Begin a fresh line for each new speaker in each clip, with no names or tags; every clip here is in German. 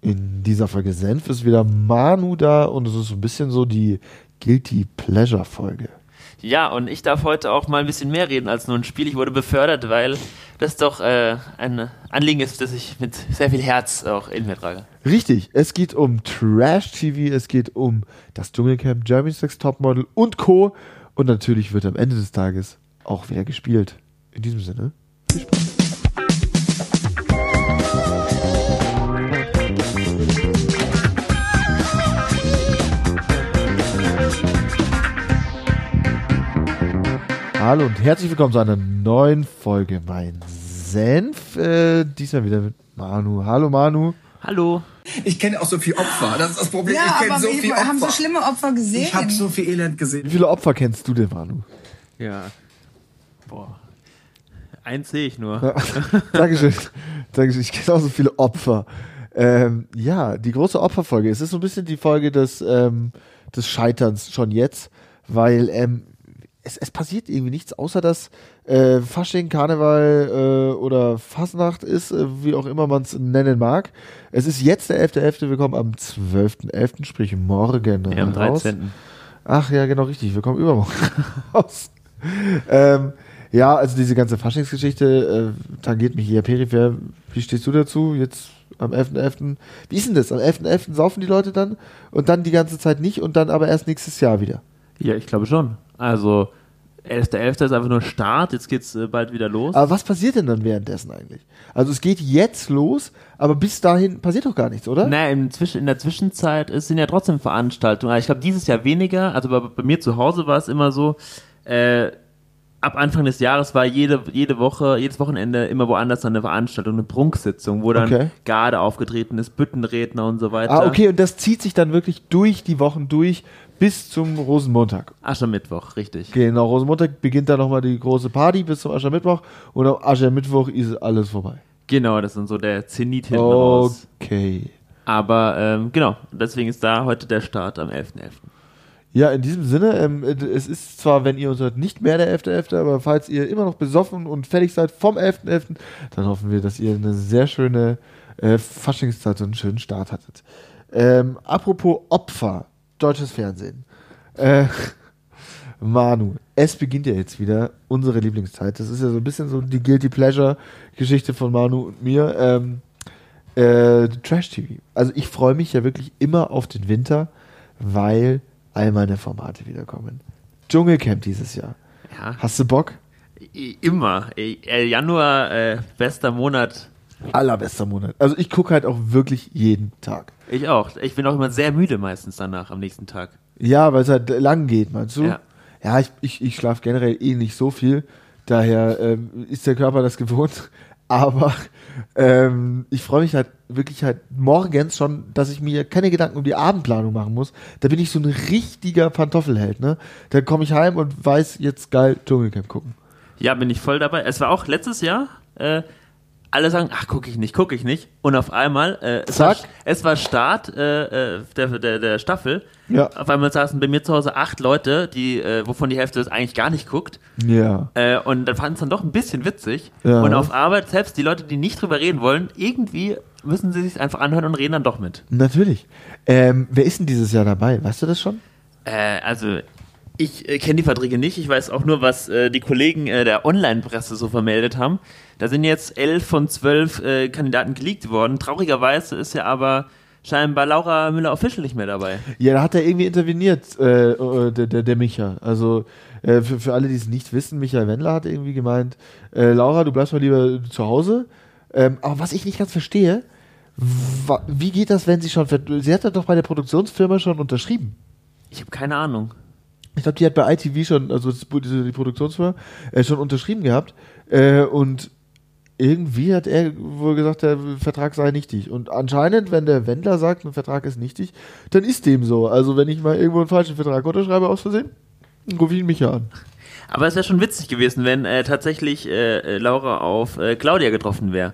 In dieser Folge Senf ist wieder Manu da und es ist so ein bisschen so die Guilty Pleasure Folge.
Ja, und ich darf heute auch mal ein bisschen mehr reden als nur ein Spiel. Ich wurde befördert, weil das doch äh, ein Anliegen ist, das ich mit sehr viel Herz auch in mir trage.
Richtig, es geht um Trash TV, es geht um das Dschungelcamp, Jeremy's Sex Topmodel und Co. Und natürlich wird am Ende des Tages auch wieder gespielt. In diesem Sinne, viel Spaß. Hallo und herzlich willkommen zu einer neuen Folge Mein Senf. Äh, diesmal wieder mit Manu. Hallo Manu.
Hallo.
Ich kenne auch so viel Opfer. Das ist das Problem.
Ja,
ich kenne
aber
so
wir
viel Opfer.
haben so schlimme Opfer gesehen.
ich habe so viel Elend
Wie
gesehen.
viele Opfer kennst du denn, Manu?
Ja. Boah. Eins sehe ich nur.
Dankeschön. Dankeschön. Ich kenne auch so viele Opfer. Ähm, ja, die große Opferfolge. Es ist so ein bisschen die Folge des, ähm, des Scheiterns schon jetzt, weil ähm, es, es passiert irgendwie nichts, außer dass äh, Fasching, Karneval äh, oder Fasnacht ist, äh, wie auch immer man es nennen mag. Es ist jetzt der 11.11., wir kommen am 12.11., sprich morgen
Ja, am
raus.
13.
Ach ja, genau richtig. Wir kommen übermorgen raus. ähm, ja, also diese ganze Faschingsgeschichte äh, tangiert mich hier peripher. Wie stehst du dazu jetzt am 11.11.? Wie ist denn das? Am 11.11. saufen die Leute dann und dann die ganze Zeit nicht und dann aber erst nächstes Jahr wieder.
Ja, ich glaube schon. Also 11.11. ist einfach nur Start, jetzt geht's äh, bald wieder los.
Aber was passiert denn dann währenddessen eigentlich? Also es geht jetzt los, aber bis dahin passiert doch gar nichts, oder?
Naja, im Zwisch in der Zwischenzeit es sind ja trotzdem Veranstaltungen. Also ich glaube, dieses Jahr weniger. Also bei, bei mir zu Hause war es immer so, äh, ab Anfang des Jahres war jede, jede Woche, jedes Wochenende immer woanders dann eine Veranstaltung, eine Prunksitzung, wo dann
Okay.
Garde aufgetreten ist, Büttenredner und so weiter.
Ah, okay, und das zieht sich dann wirklich durch die Wochen durch bis zum Rosenmontag.
Aschermittwoch, Ah, richtig.
Genau, Rosenmontag beginnt dann nochmal die große Party bis zum Aschermittwoch und am Aschermittwoch ist alles vorbei.
Genau, das ist dann so der Zenit hinten
Oh.
raus.
Okay.
Aber ähm, genau, deswegen ist da heute der Start am 11.11.
Ja, in diesem Sinne, ähm, es ist zwar, wenn ihr uns hört, nicht mehr der 11.11., aber falls ihr immer noch besoffen und fertig seid vom 11.11., dann hoffen wir, dass ihr eine sehr schöne äh, Faschingszeit und einen schönen Start hattet. Ähm, apropos Opfer, deutsches Fernsehen. Äh, Manu, es beginnt ja jetzt wieder unsere Lieblingszeit. Das ist ja so ein bisschen so die Guilty Pleasure-Geschichte von Manu und mir. Ähm, äh, Trash TV. Also ich freue mich ja wirklich immer auf den Winter, weil all meine Formate wiederkommen. Dschungelcamp dieses Jahr.
Ja.
Hast du Bock?
I- Immer. I- äh, Januar, äh, bester Monat.
Allerbester Monat. Also ich gucke halt auch wirklich jeden Tag.
Ich auch. Ich bin auch immer sehr müde meistens danach, am nächsten Tag.
Ja, weil es halt lang geht, meinst du?
Ja.
Ja, ich, ich, ich schlafe generell eh nicht so viel. Daher ähm, ist der Körper das gewohnt. Aber ähm, ich freue mich halt wirklich halt morgens schon, dass ich mir keine Gedanken um die Abendplanung machen muss. Da bin ich so ein richtiger Pantoffelheld, ne? Dann komme ich heim und weiß, jetzt geil Dschungelcamp gucken.
Ja, bin ich voll dabei. Es war auch letztes Jahr. Äh, alle sagen, ach, gucke ich nicht, gucke ich nicht. Und auf einmal, äh, es, war,
Zack.
es war Start äh, äh, der, der, der Staffel.
Ja.
Auf einmal saßen bei mir zu Hause acht Leute, die, äh, wovon die Hälfte das eigentlich gar nicht guckt.
Ja.
Äh, und dann fanden es dann doch ein bisschen witzig.
Ja.
Und auf Arbeit, selbst die Leute, die nicht drüber reden wollen, irgendwie müssen sie sich einfach anhören und reden dann doch mit.
Natürlich. Ähm, wer ist denn dieses Jahr dabei? Weißt du das schon?
Äh, also, ich äh, kenne die Verträge nicht. Ich weiß auch nur, was äh, die Kollegen äh, der Online-Presse so vermeldet haben. Da sind jetzt elf von zwölf äh, Kandidaten geleakt worden. Traurigerweise ist ja aber scheinbar Laura Müller-Official nicht mehr dabei.
Ja, da hat er irgendwie interveniert, äh, äh, der, der, der Micha. Also äh, für, für alle, die es nicht wissen, Michael Wendler hat irgendwie gemeint, äh, Laura, du bleibst mal lieber zu Hause. Ähm, aber was ich nicht ganz verstehe, wa- wie geht das, wenn sie schon, ver- sie hat doch bei der Produktionsfirma schon unterschrieben.
Ich habe keine Ahnung.
Ich glaube, die hat bei ITV schon, also das- diese- die Produktionsfirma, äh, schon unterschrieben gehabt. Äh, und irgendwie hat er wohl gesagt, der Vertrag sei nichtig. Und anscheinend, wenn der Wendler sagt, ein Vertrag ist nichtig, dann ist dem so. Also wenn ich mal irgendwo einen falschen Vertrag unterschreibe aus Versehen, dann rufe ich ihn mich ja an.
Aber es wäre schon witzig gewesen, wenn äh, tatsächlich äh, äh, Laura auf äh, Claudia getroffen wäre.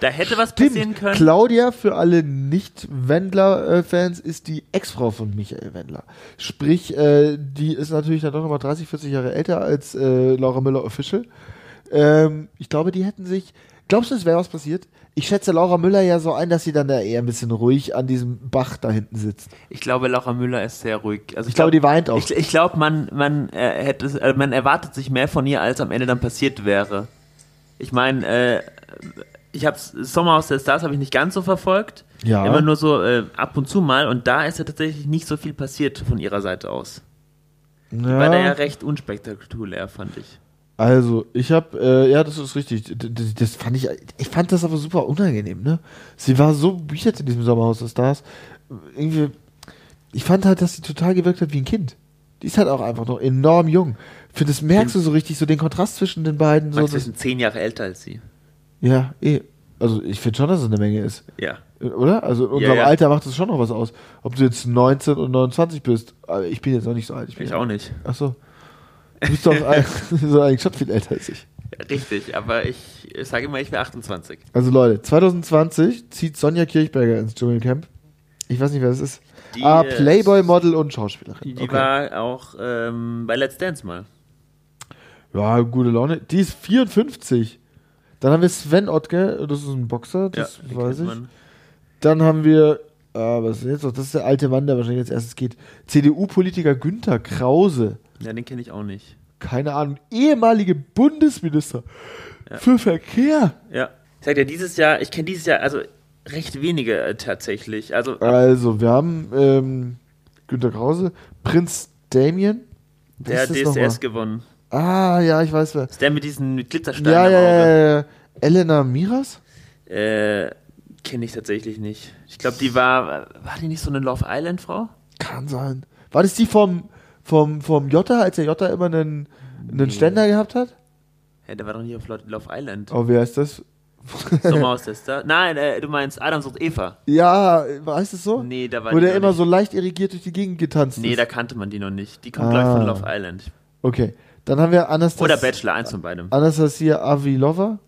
Da hätte was passieren können.
Claudia, für alle Nicht-Wendler-Fans, ist die Ex-Frau von Michael Wendler. Sprich, äh, die ist natürlich dann doch nochmal 30, 40 Jahre älter als äh, Laura Müller Official. Ähm, ich glaube, die hätten sich. Glaubst du, es wäre was passiert? ich schätze Laura Müller ja so ein, dass sie dann da eher ein bisschen ruhig an diesem Bach da hinten sitzt.
Ich glaube, Laura Müller ist sehr ruhig. Also ich,
Ich glaube, die weint auch.
Ich, ich glaube, man, man, äh, hätte, es- äh, man erwartet sich mehr von ihr, als am Ende dann passiert wäre. Ich meine, äh, ich habe Sommerhaus der Stars habe ich nicht ganz so verfolgt.
Ja.
Immer nur so äh, ab und zu mal. Und da ist ja tatsächlich nicht so viel passiert von ihrer Seite aus. War da ja
ja,
recht unspektakulär, fand ich.
also, ich habe, äh, ja, das ist richtig. D- d- Das fand ich, ich fand das aber super unangenehm, ne? Sie war so weird in diesem Sommerhaus der Stars. Irgendwie, ich fand halt, dass sie total gewirkt hat wie ein Kind. Die ist halt auch einfach noch enorm jung. Für das merkst du so richtig, so den Kontrast zwischen den beiden. So,
Max
das,
ist zehn Jahre älter als sie.
ja, eh. Also, ich finde schon, dass es eine Menge ist.
Ja.
Oder? Also in unserem
ja.
Alter macht es schon noch was aus. Ob du jetzt 19 und 29 bist. Aber ich bin jetzt noch nicht so alt. bin
Ich
ja-
auch nicht.
Achso. Du bist doch ein- so eigentlich schon viel älter als ich.
Richtig, aber ich sage immer, ich wäre 28.
Also Leute, 2020 zieht Sonja Kirchberger ins Dschungelcamp. Ich weiß nicht, wer das ist.
Die
ah,
ist-
Playboy-Model und Schauspielerin.
Die war auch ähm, bei Let's Dance mal.
ja, gute Laune. Die ist 54. Dann haben wir Sven Ottke, das ist ein Boxer, das
die
weiß
kennt
ich.
man.
Dann haben wir, äh, was ist denn jetzt noch? Das ist der alte Mann, der wahrscheinlich als erstes geht. CDU-Politiker Günther Krause.
Ja, den kenne ich auch nicht.
keine Ahnung, ehemalige Bundesminister für Verkehr.
Ja. Ich sag dir, dieses Jahr, ich kenne dieses Jahr, also recht wenige äh, tatsächlich. Also,
Also, wir haben ähm, Günter Krause, Prinz Damien. Wer
der hat
ist das
DSDS
nochmal?
gewonnen.
Ah, ja, ich weiß wer.
Ist der mit diesen mit Glitzersteinen
Ja,
am
ja, ja,
Auge?
ja, ja. Elena Miras?
Äh, kenne ich tatsächlich nicht. Ich glaube, die war, war die nicht so eine Love Island-Frau?
Kann sein. War das die vom, vom, vom Jotta, als der Jotta immer einen, einen Ständer gehabt hat?
Ja, der war doch nicht auf Lo- Love Island.
Oh, wer ist das?
Sommer aus der Star. Nein, äh, du meinst Adam sucht Eva.
ja, weißt du es so?
Nee, da war
Wo
die
der
noch
immer
nicht.
so leicht irrigiert durch die Gegend getanzt
Nee, da
ist.
kannte man die noch nicht. Die kommt,
Ah.
gleich von Love Island.
Okay. Dann haben wir Anastasia.
Oder Bachelor, eins von beidem.
Anastasia Avilova.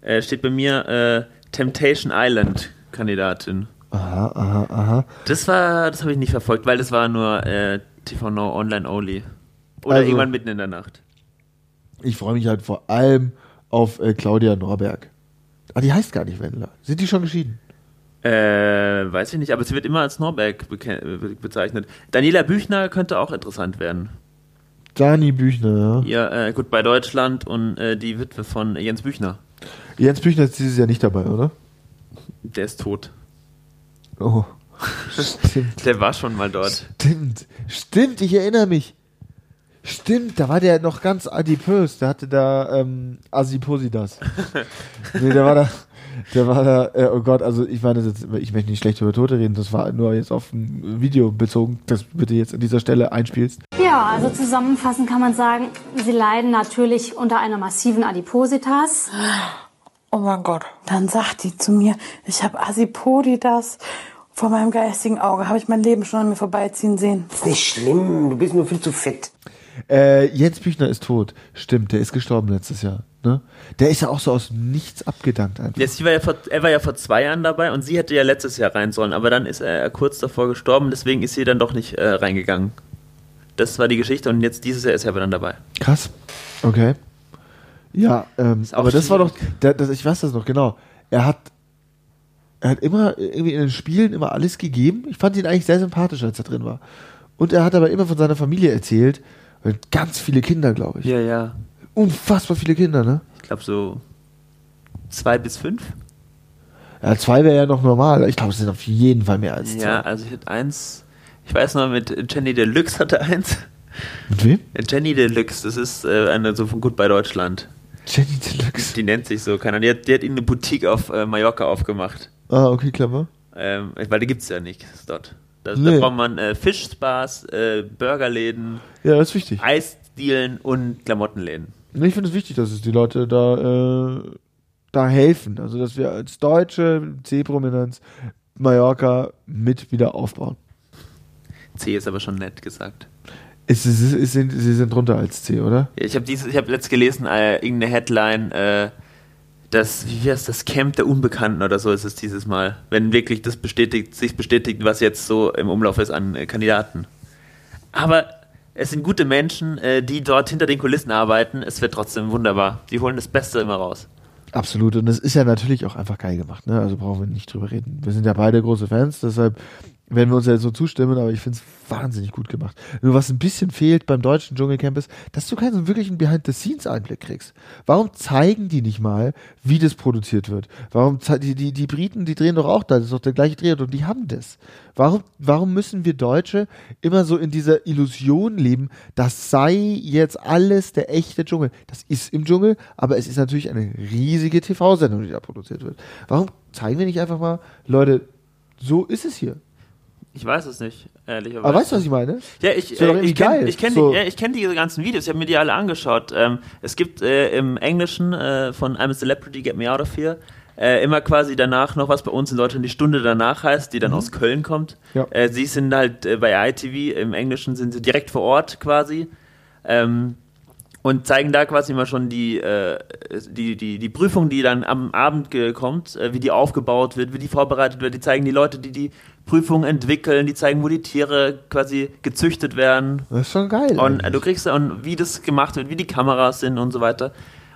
Äh, steht bei mir äh, Temptation Island-Kandidatin.
Aha, aha, aha.
Das war, das habe ich nicht verfolgt, weil das war nur äh, TV Now Online Only. Oder
Also-
irgendwann mitten in der Nacht.
Ich freue mich halt vor allem auf äh, Claudia Norberg. Ah, die heißt gar nicht Wendler. Sind die schon geschieden?
Äh, weiß ich nicht, aber sie wird immer als Norberg beke- äh, bezeichnet. Daniela Büchner könnte auch interessant werden.
Dani Büchner, ja.
Ihr, äh, gut, bei Deutschland und äh, die Witwe von Jens Büchner.
Jens Büchner ist dieses Jahr nicht dabei, oder?
Der ist tot.
Oh. Stimmt,
Der war schon mal dort.
stimmt, stimmt, ich erinnere mich. Stimmt, da war der noch ganz adipös. Der hatte da ähm, Asipositas. nee, der war da, der war da, äh, oh Gott, also ich meine, das, ich möchte nicht schlecht über Tote reden, das war nur jetzt auf ein Video bezogen, das bitte jetzt an dieser Stelle einspielst.
Ja, also zusammenfassend kann man sagen, sie leiden natürlich unter einer massiven Adipositas.
Oh mein Gott. Dann sagt die zu mir, ich habe Asipodidas. Vor meinem geistigen Auge habe ich mein Leben schon an mir vorbeiziehen sehen.
Ist nicht schlimm, du bist nur viel zu fett.
Äh, Jens Büchner ist tot. Stimmt, der ist gestorben letztes Jahr. Ne? Der ist ja auch so aus nichts abgedankt einfach.
Ja, sie war ja vor, er war ja vor zwei Jahren dabei und sie hätte ja letztes Jahr rein sollen, aber dann ist er kurz davor gestorben, deswegen ist sie dann doch nicht äh, reingegangen. Das war die Geschichte und jetzt dieses Jahr ist er aber dann dabei.
Krass. Okay. Ja, ähm,
auch
aber das war doch,
schwierig.
der, das, ich weiß das noch genau. Er hat, er hat immer irgendwie in den Spielen immer alles gegeben. Ich fand ihn eigentlich sehr sympathisch, als er drin war. Und er hat aber immer von seiner Familie erzählt. Und Ganz viele Kinder, glaube ich.
Ja, ja.
Unfassbar viele Kinder, ne?
Ich glaube so zwei bis fünf.
Ja, zwei wäre ja noch normal. Ich glaube, es sind auf jeden Fall mehr als zwei.
Ja, also ich hatte eins. Ich weiß noch, mit Jenny Deluxe hatte eins.
Mit wem?
Jenny Deluxe, das ist äh, eine so von Gut bei Deutschland.
Jenny Deluxe.
Die nennt sich so, keine Ahnung. Die hat, die hat ihnen eine Boutique auf äh, Mallorca aufgemacht.
Ah, okay, clever.
Ähm, weil da gibt's ja nichts dort. Da,
Nee.
da braucht man äh, Fischspas, äh, Burgerläden,
Ja, das ist wichtig.
Eisdielen und Klamottenläden.
Nee, Ich finde es wichtig, dass es die Leute da, äh, da helfen. Also, dass wir als Deutsche C-Prominenz Mallorca mit wieder aufbauen.
C ist aber schon nett gesagt.
Es, es, es, es sind, sie sind drunter als C, oder?
Ja, Ich habe hab letzt gelesen, äh, irgendeine Headline, äh, das, wie heißt das, Camp der Unbekannten oder so ist es dieses Mal. Wenn wirklich das bestätigt, sich bestätigt, was jetzt so im Umlauf ist an äh, Kandidaten. Aber es sind gute Menschen, äh, die dort hinter den Kulissen arbeiten. Es wird trotzdem wunderbar. Die holen das Beste immer raus.
Absolut. Und es ist ja natürlich auch einfach geil gemacht, ne? Also brauchen wir nicht drüber reden. Wir sind ja beide große Fans, deshalb werden wir uns ja so zustimmen, aber ich finde es wahnsinnig gut gemacht. Nur was ein bisschen fehlt beim deutschen Dschungelcamp ist, dass du keinen so wirklichen Behind-the-Scenes-Einblick kriegst. Warum zeigen die nicht mal, wie das produziert wird? Warum zei- die, die, die Briten, die drehen doch auch da, das ist doch der gleiche Dreh und die haben das. Warum, warum müssen wir Deutsche immer so in dieser Illusion leben, das sei jetzt alles der echte Dschungel? Das ist im Dschungel, aber es ist natürlich eine riesige TV-Sendung, die da produziert wird. Warum zeigen wir nicht einfach mal, Leute, so ist es hier.
Ich weiß es nicht, ehrlicherweise.
Aber weißt du, was ich meine?
Ja, ich,
Ist ja doch
äh,
irgendwie
ich kenne
geil.
ich kenn
So.
die, ja, ich kenn diese ganzen Videos, ich habe mir die alle angeschaut. Ähm, es gibt äh, im Englischen äh, von I'm a Celebrity, Get Me Out of Here äh, immer quasi danach noch was bei uns in Deutschland die Stunde danach heißt, die dann aus Köln kommt.
Ja.
Äh, sie sind halt äh, bei ITV, im Englischen sind sie direkt vor Ort quasi. Ähm, und zeigen da quasi immer schon die, äh, die, die, die Prüfung, die dann am Abend ge- kommt, äh, wie die aufgebaut wird, wie die vorbereitet wird. Die zeigen die Leute, die die Prüfung entwickeln, die zeigen, wo die Tiere quasi gezüchtet werden.
Das ist schon geil.
Und äh,
eigentlich.
du kriegst da- und wie das gemacht wird, wie die Kameras sind und so weiter.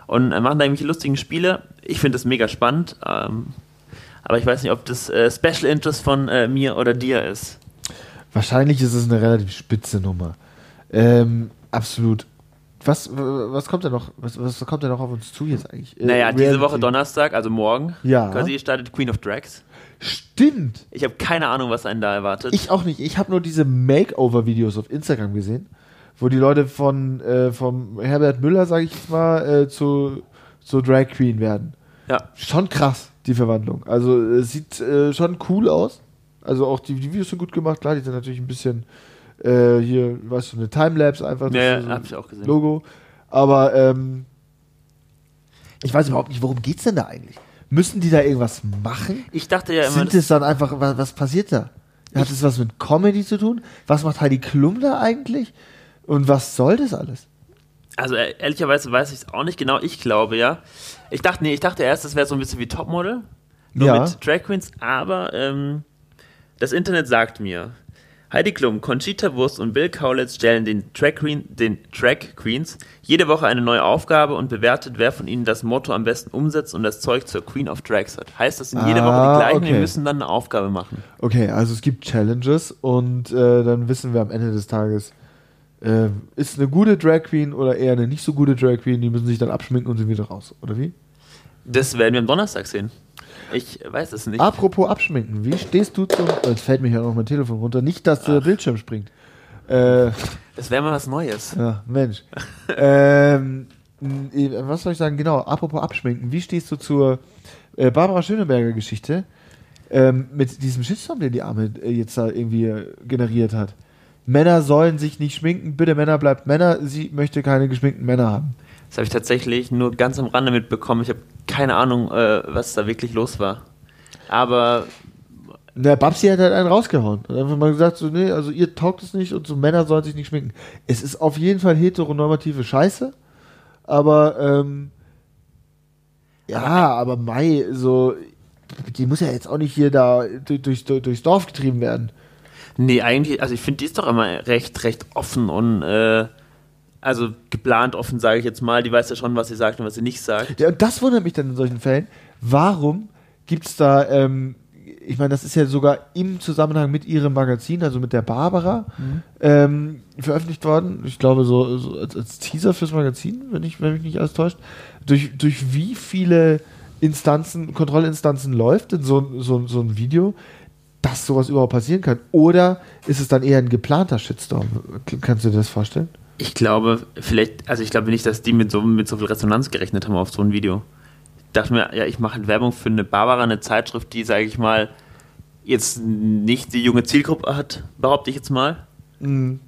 Und äh, machen da irgendwelche lustigen Spiele. Ich finde das mega spannend. Ähm, aber ich weiß nicht, ob das äh, Special Interest von äh, mir oder dir ist.
Wahrscheinlich ist es eine relativ spitze Nummer. Ähm, absolut. Was, w- was kommt denn noch? Was, was kommt denn noch auf uns zu jetzt eigentlich? Äh,
Naja, diese
Reality.
Woche Donnerstag, also morgen,
Ja.
quasi startet Queen of Drags.
Stimmt.
Ich habe keine Ahnung, was einen da erwartet.
Ich auch nicht. Ich habe nur diese Makeover-Videos auf Instagram gesehen, wo die Leute von äh, vom Herbert Müller, sage ich jetzt mal, äh, zu, zu Drag Queen werden.
ja.
Schon krass, die Verwandlung. Also äh, sieht äh, schon cool aus. Also auch die, die Videos sind gut gemacht. Klar, die sind natürlich ein bisschen äh, hier, weißt du, eine Timelapse einfach. das
Ja, ja,
ist so
hab ich auch gesehen.
Logo. Aber ähm, ich weiß überhaupt nicht, worum geht's denn da eigentlich? Müssen die da irgendwas machen?
Ich dachte ja immer,
Sind
das,
es dann einfach, was, was passiert da? Hat es was mit Comedy zu tun? Was macht Heidi Klum da eigentlich? Und was soll das alles?
also äh, ehrlicherweise weiß ich es auch nicht genau. Ich glaube ja. Ich dachte, nee, ich dachte erst, das wäre so ein bisschen wie Topmodel, nur
Ja.
mit Drag Queens. Aber ähm, das Internet sagt mir, Heidi Klum, Conchita Wurst und Bill Kaulitz stellen den Drag, Queen, den Drag Queens jede Woche eine neue Aufgabe und bewertet, wer von ihnen das Motto am besten umsetzt und das Zeug zur Queen of Drags hat. Heißt, das sind jede
Ah,
Woche die gleichen, die
okay.
müssen dann eine Aufgabe machen.
Okay, also es gibt Challenges und äh, dann wissen wir am Ende des Tages, äh, ist eine gute Drag Queen oder eher eine nicht so gute Drag Queen, die müssen sich dann abschminken und sind wieder raus, oder wie?
Das werden wir am Donnerstag sehen. Ich weiß es nicht.
Apropos abschminken, wie stehst du zum. Jetzt fällt mir hier auch noch mein Telefon runter, nicht, dass der Bildschirm springt. Äh,
Das wäre mal was Neues.
ja, Mensch. ähm, n- eh, was soll ich sagen? Genau, apropos abschminken, wie stehst du zur äh, Barbara Schöneberger Geschichte ähm, mit diesem Shitstorm, den die Arme äh, jetzt da irgendwie äh, generiert hat? Männer sollen sich nicht schminken, bitte Männer bleibt Männer, sie möchte keine geschminkten Männer haben.
Das habe ich tatsächlich nur ganz am Rande mitbekommen. Ich habe keine Ahnung, äh, was da wirklich los war. Aber
Na, Babsi hat halt einen rausgehauen. Hat einfach mal gesagt, so, nee, also ihr taugt es nicht und so Männer sollen sich nicht schminken. Es ist auf jeden Fall heteronormative Scheiße, aber ähm, ja, aber Mai, so, die muss ja jetzt auch nicht hier da durch, durch, durchs Dorf getrieben werden.
nee, eigentlich, also ich finde, die ist doch immer recht, recht offen und äh, also geplant offen, sage ich jetzt mal. Die weiß ja schon, was sie sagt und was sie nicht sagt.
Ja, und das wundert mich dann in solchen Fällen. Warum gibt es da, ähm, ich meine, das ist ja sogar im Zusammenhang mit ihrem Magazin, also mit der Barbara, ähm, veröffentlicht worden. Ich glaube, so, so als, als Teaser fürs Magazin, wenn, ich, wenn mich nicht alles täuscht. Durch, durch wie viele Instanzen, Kontrollinstanzen läuft denn so, ein- so, ein- so ein Video, dass sowas überhaupt passieren kann? Oder ist es dann eher ein geplanter Shitstorm? Kannst du dir das vorstellen?
Ich glaube, vielleicht, also ich glaube nicht, dass die mit so, mit so viel Resonanz gerechnet haben auf so ein Video. Ich dachte mir, ja, ich mache halt Werbung für eine Barbara, eine Zeitschrift, die, sage ich mal, jetzt nicht die junge Zielgruppe hat, behaupte ich jetzt mal. Ähm,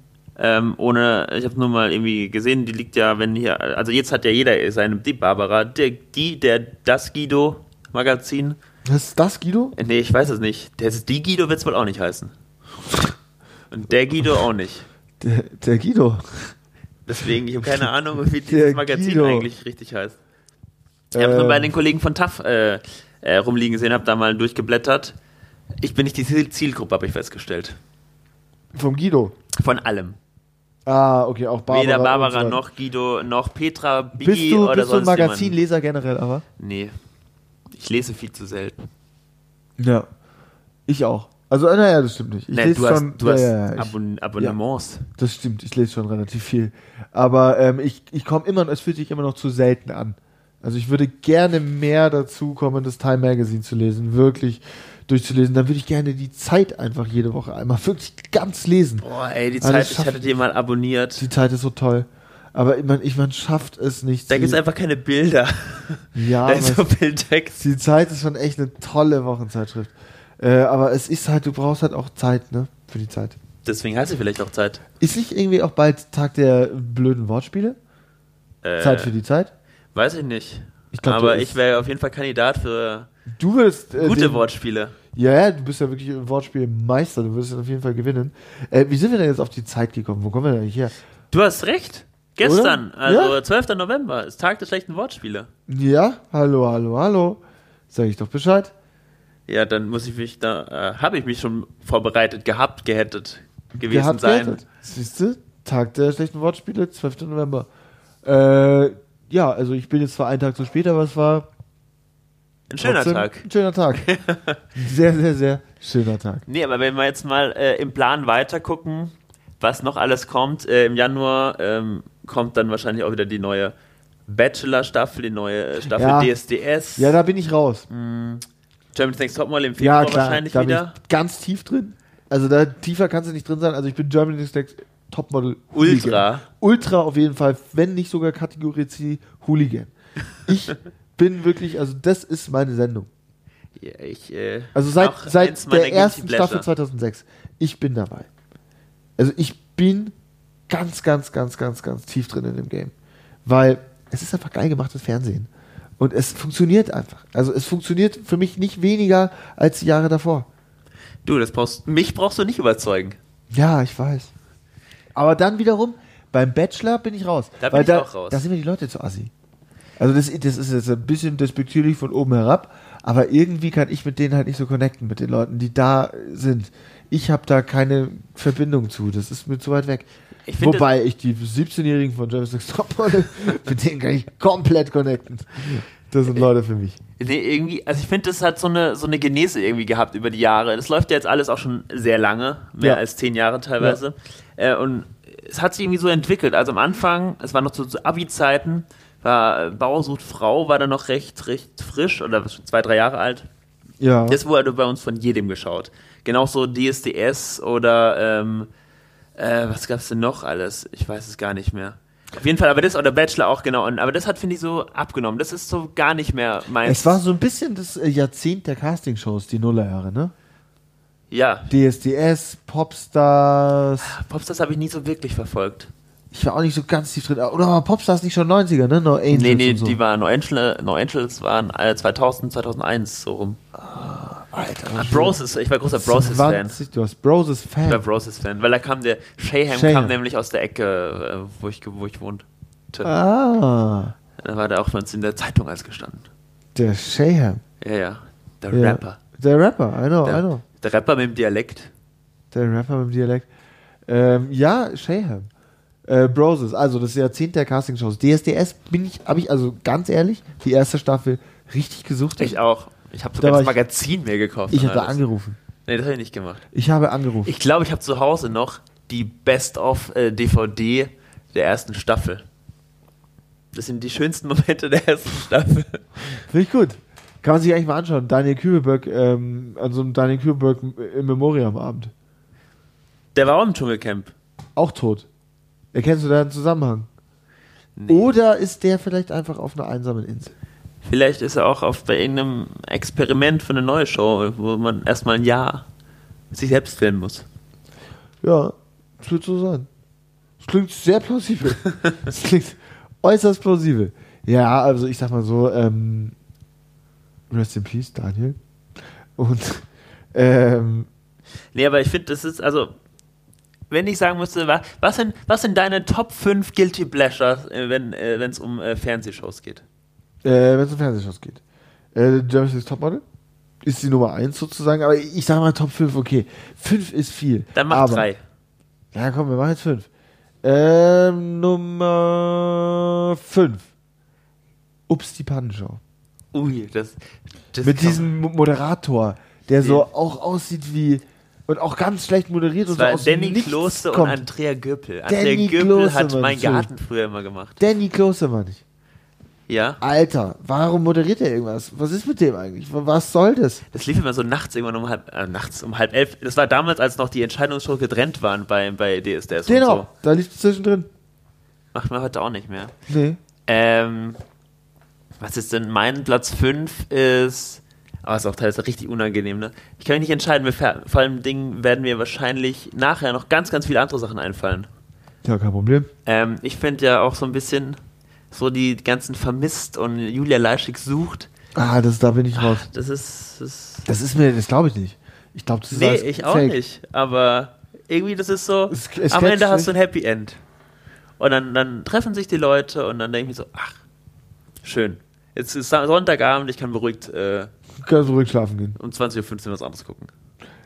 ohne, ich habe nur mal irgendwie gesehen, die liegt ja, wenn hier, also jetzt hat ja jeder seine, die Barbara, der, die, der, das Guido Magazin.
Ist das Guido?
Äh, Nee, ich weiß es nicht. Der, die Guido wird es wohl auch nicht heißen. Und der Guido auch nicht.
Der, der Guido.
Deswegen, ich habe keine Ahnung,
Der
wie dieses Magazin
Guido. Ähm.
eigentlich richtig heißt. Ich habe es nur bei den Kollegen von TAF äh, äh, rumliegen gesehen, habe da mal durchgeblättert. Ich bin nicht die Ziel- Zielgruppe, habe ich festgestellt.
Vom Guido.
Von allem.
Ah, okay, auch Barbara.
Weder
und so
Barbara
weiter.
noch Guido noch Petra, Biggie
Bist du,
oder
bist du ein
sonst jemand.
Magazinleser generell, aber?
Nee. Ich lese viel zu selten.
Ja. Ich auch. Also, äh, naja, das stimmt nicht. Ich
Nee,
lese
du hast,
schon,
du hast
ja, ja, ja, ich,
Abon Abonnements.
das stimmt, ich lese schon relativ viel. Aber ähm, ich, ich komme immer, es fühlt sich immer noch zu selten an. Also ich würde gerne mehr dazu kommen, das Time Magazine zu lesen, wirklich durchzulesen. Dann würde ich gerne die Zeit einfach jede Woche einmal wirklich ganz lesen.
Boah, ey, die
Also
Zeit,
das
ich
schafft-
hatte die mal abonniert.
Die Zeit ist so toll. Aber man, ich, man schafft es nicht.
Da
sie-
gibt es einfach keine Bilder.
ja,
da ist
aber
nur Bildtext.
Die Zeit ist schon echt eine tolle Wochenzeitschrift. Äh, aber es ist halt, du brauchst halt auch Zeit, ne? Für die Zeit.
Deswegen heißt sie vielleicht auch Zeit.
Ist nicht irgendwie auch bald Tag der blöden Wortspiele?
Äh,
Zeit für die Zeit?
Weiß ich nicht.
Ich glaub,
Aber
du
ich
ist-
wäre auf jeden Fall Kandidat für
Du würdest. Äh,
gute
den-
Wortspiele.
Ja, ja, du bist ja wirklich ein Wortspielmeister. Du würdest auf jeden Fall gewinnen. Äh, wie sind wir denn jetzt auf die Zeit gekommen? Wo kommen wir denn eigentlich her?
Du hast recht. Gestern,
Oder?
also
Ja.
12. November, ist Tag der schlechten Wortspiele.
Ja, hallo, hallo, hallo. Sag ich doch Bescheid.
Ja, dann muss ich mich da, äh, habe ich mich schon vorbereitet, gehabt, gehättet gewesen
Gehabt,
sein.
gerettet. Siehst du? Tag der schlechten Wortspiele, 12. November. Äh, ja, also ich bin jetzt zwar einen Tag zu spät, aber es war
Ein schöner
Trotzdem
Tag.
Ein schöner Tag. sehr, sehr, sehr schöner Tag.
Nee, aber wenn wir jetzt mal äh, im Plan weitergucken, was noch alles kommt, äh, im Januar ähm, kommt dann wahrscheinlich auch wieder die neue Bachelor-Staffel, die neue äh, Staffel
Ja.
DSDS,
Ja, da bin ich raus.
Germany's Next Topmodel im Februar
Ja, klar.
Hm. wahrscheinlich
da
wieder.
bin ich ganz tief drin. Also da tiefer kannst du nicht drin sein. Also ich bin Germany's Next Topmodel
Ultra.
Hooligan. Ultra auf jeden Fall, wenn nicht sogar Kategorie C Hooligan. Ich bin wirklich, also das ist meine Sendung.
Ja, ich, äh,
Also seit,
auch eins
seit
meiner
der ersten
Guilty
Staffel
Pleasure.
2006. Ich bin dabei. Also ich bin ganz, ganz, ganz, ganz, ganz tief drin in dem Game. Weil es ist einfach geil gemachtes Fernsehen. Und es funktioniert einfach. Also es funktioniert für mich nicht weniger als die Jahre davor.
Du, das brauchst, mich brauchst du nicht überzeugen.
Ja, ich weiß. Aber dann wiederum, beim Bachelor bin ich raus.
Da bin
Weil
ich auch raus.
Da sind mir die Leute zu assi. Also das, das ist jetzt ein bisschen despektierlich von oben herab, aber irgendwie kann ich mit denen halt nicht so connecten, mit den Leuten, die da sind. Ich habe da keine Verbindung zu, das ist mir zu weit weg.
Ich finde-
Wobei ich die 17-Jährigen von Jervis Next Topmodel, mit denen kann ich komplett connecten. Das
Äh,
sind Leute für mich.
Nee, irgendwie, also ich finde, das hat so eine, so eine Genese irgendwie gehabt über die Jahre. Das läuft ja jetzt alles auch schon sehr lange, mehr
Ja.
als zehn Jahre teilweise. Äh, und es hat sich irgendwie so entwickelt. Also am Anfang, es war noch zu, zu Abi-Zeiten, war äh, Bauer sucht Frau, war da noch recht, recht frisch oder schon zwei, drei Jahre alt.
Ja.
Das wurde bei uns von jedem geschaut. Genauso DSDS oder ähm, äh, was gab's denn noch alles? Ich weiß es gar nicht mehr. Auf jeden Fall, aber das oder Bachelor auch genau. Und, aber das hat finde ich so abgenommen. Das ist so gar nicht mehr meins.
es war so ein bisschen das äh, Jahrzehnt der Castingshows, die Nullerjahre, ne?
ja,
DSDS, Popstars.
Popstars habe ich nie so wirklich verfolgt.
Ich war auch nicht so ganz tief drin. Oder war Popstars nicht schon 90er, ne? No Angels
nee, nee,
und so.
die waren No Angels, no Angels waren äh, 2000, 2001 so rum.
Alter,
Ah, Bros ist, ich war großer Broses-Fan.
20, Du hast Broses
Ich war
Fan.
Broses-Fan, weil da kam der, Shayham
Shayham.
kam nämlich aus der Ecke, äh, wo ich, ge- wo ich wohnte.
Ah,
Da war der auch bei uns in der Zeitung als gestanden.
der Shayham.
Ja, ja, der
Ja. Ah,
Rapper.
Der Rapper, I know, I
Der,
know.
der Rapper mit dem Dialekt.
Der Rapper mit dem Dialekt. Ähm, ja, Shayham. Äh, Broses, also das Jahrzehnt der Castingshows. DSDS bin ich, habe ich also ganz ehrlich, die erste Staffel richtig gesucht.
Ich auch. Ich habe
Da
sogar
war
das
ich-
Magazin mir gekauft.
ich
und
habe
alles.
angerufen.
Nee, das habe ich nicht gemacht.
Ich habe angerufen.
Ich glaube, ich habe zu Hause noch die äh, Best-of-DVD der ersten Staffel. Das sind die schönsten Momente der ersten Staffel.
Finde ich gut. Kann man sich eigentlich mal anschauen. Daniel Kübelberg, ähm, an so einem Daniel Kübelberg im Memoriam-Abend.
Der war auch im Dschungelcamp.
auch tot. Erkennst du da einen Zusammenhang? Oder ist der vielleicht einfach auf einer einsamen Insel?
Vielleicht ist er auch auf, bei irgendeinem Experiment für eine neue Show, wo man erstmal ein Jahr sich selbst filmen muss.
Ja, das wird so sein. Das klingt sehr plausibel. Das klingt äußerst plausibel. Ja, also ich sag mal so, ähm, Rest in Peace, Daniel. Und ähm,
Nee, aber ich finde, das ist, also, wenn ich sagen müsste, wa- was sind, was sind deine Top 5 Guilty Pleasures, äh, wenn äh, es um äh, Fernsehshows geht?
Äh, wenn es um Fernsehshows geht. Äh, Jeremy's Next Topmodel ist die Nummer 1 sozusagen, aber ich sag mal Top 5, okay. 5 ist viel.
Dann mach
aber,
drei.
Ja, komm, wir machen jetzt 5. Ähm, Nummer 5. Ups, die Pannenschau.
Ui, das. das
Mit
kann-
diesem Mo- Moderator, der so auch aussieht wie. Und auch ganz schlecht moderiert und
Das
so
war
aus dem
Danny
nichts
Klose und
kommt.
Andrea Göppel.
Danny
Andrea Göppel
Klose,
hat
Mann,
meinen
Entschuldigung.
Garten früher immer gemacht.
Danny Klose meine ich.
Ja.
Alter, warum moderiert er irgendwas? Was ist mit dem eigentlich? Was soll das?
Das lief immer so nachts irgendwann um halb, äh, nachts um halb elf. Das war damals, als noch die Entscheidungsshows getrennt waren bei, bei DSDS
Genau,
und so.
da liegt es zwischendrin.
Macht man heute auch nicht mehr.
Nee.
Ähm, was ist denn mein Platz 5 ist. Aber ist auch teilweise richtig unangenehm, ne? Ich kann mich nicht entscheiden. Mir fa- vor allem Dingen werden mir wahrscheinlich nachher noch ganz, ganz viele andere Sachen einfallen.
Ja, kein Problem.
Ähm, ich finde ja auch so ein bisschen so die ganzen vermisst und Julia Leischig sucht.
Ah, das, da bin ich raus.
Das ist. Das
Das ist mir, das glaube ich nicht. Ich glaube, das ist
nee,
alles
ich auch
fake.
nicht. Aber irgendwie, das ist so.
Es- es
am
catcht
Ende hast du ein
mich.
Happy End. Und dann, dann treffen sich die Leute und dann denke ich mir so: Ach, schön. Jetzt ist Sa- Sonntagabend, ich kann beruhigt äh,
Du kannst ruhig schlafen gehen.
um 20.15 Uhr was anderes gucken.